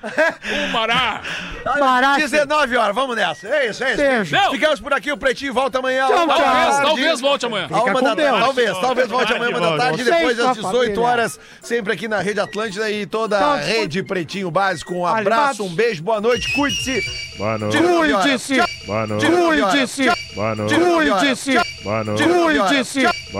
O Mará! Barato. 19 horas, vamos nessa. É isso, é isso. Beijo. Ficamos por aqui, o Pretinho volta amanhã. Tchau, uma da tchau. tarde. Talvez, talvez volte amanhã. A uma com da Deus. tarde, talvez, talvez volte amanhã, uma da tarde, Vocês depois são a às 18 família. horas, sempre aqui na Rede Atlântida e toda a Tamo rede Pretinho Básico. Um abraço, Alimados. um beijo, boa noite, cuide-se. Boa noite. 19 horas. Cuide-se. Tchau, Boa noite. 19 horas. Cuide-se. Boa noite. Cuide-se. Boa noite. Cuide-se.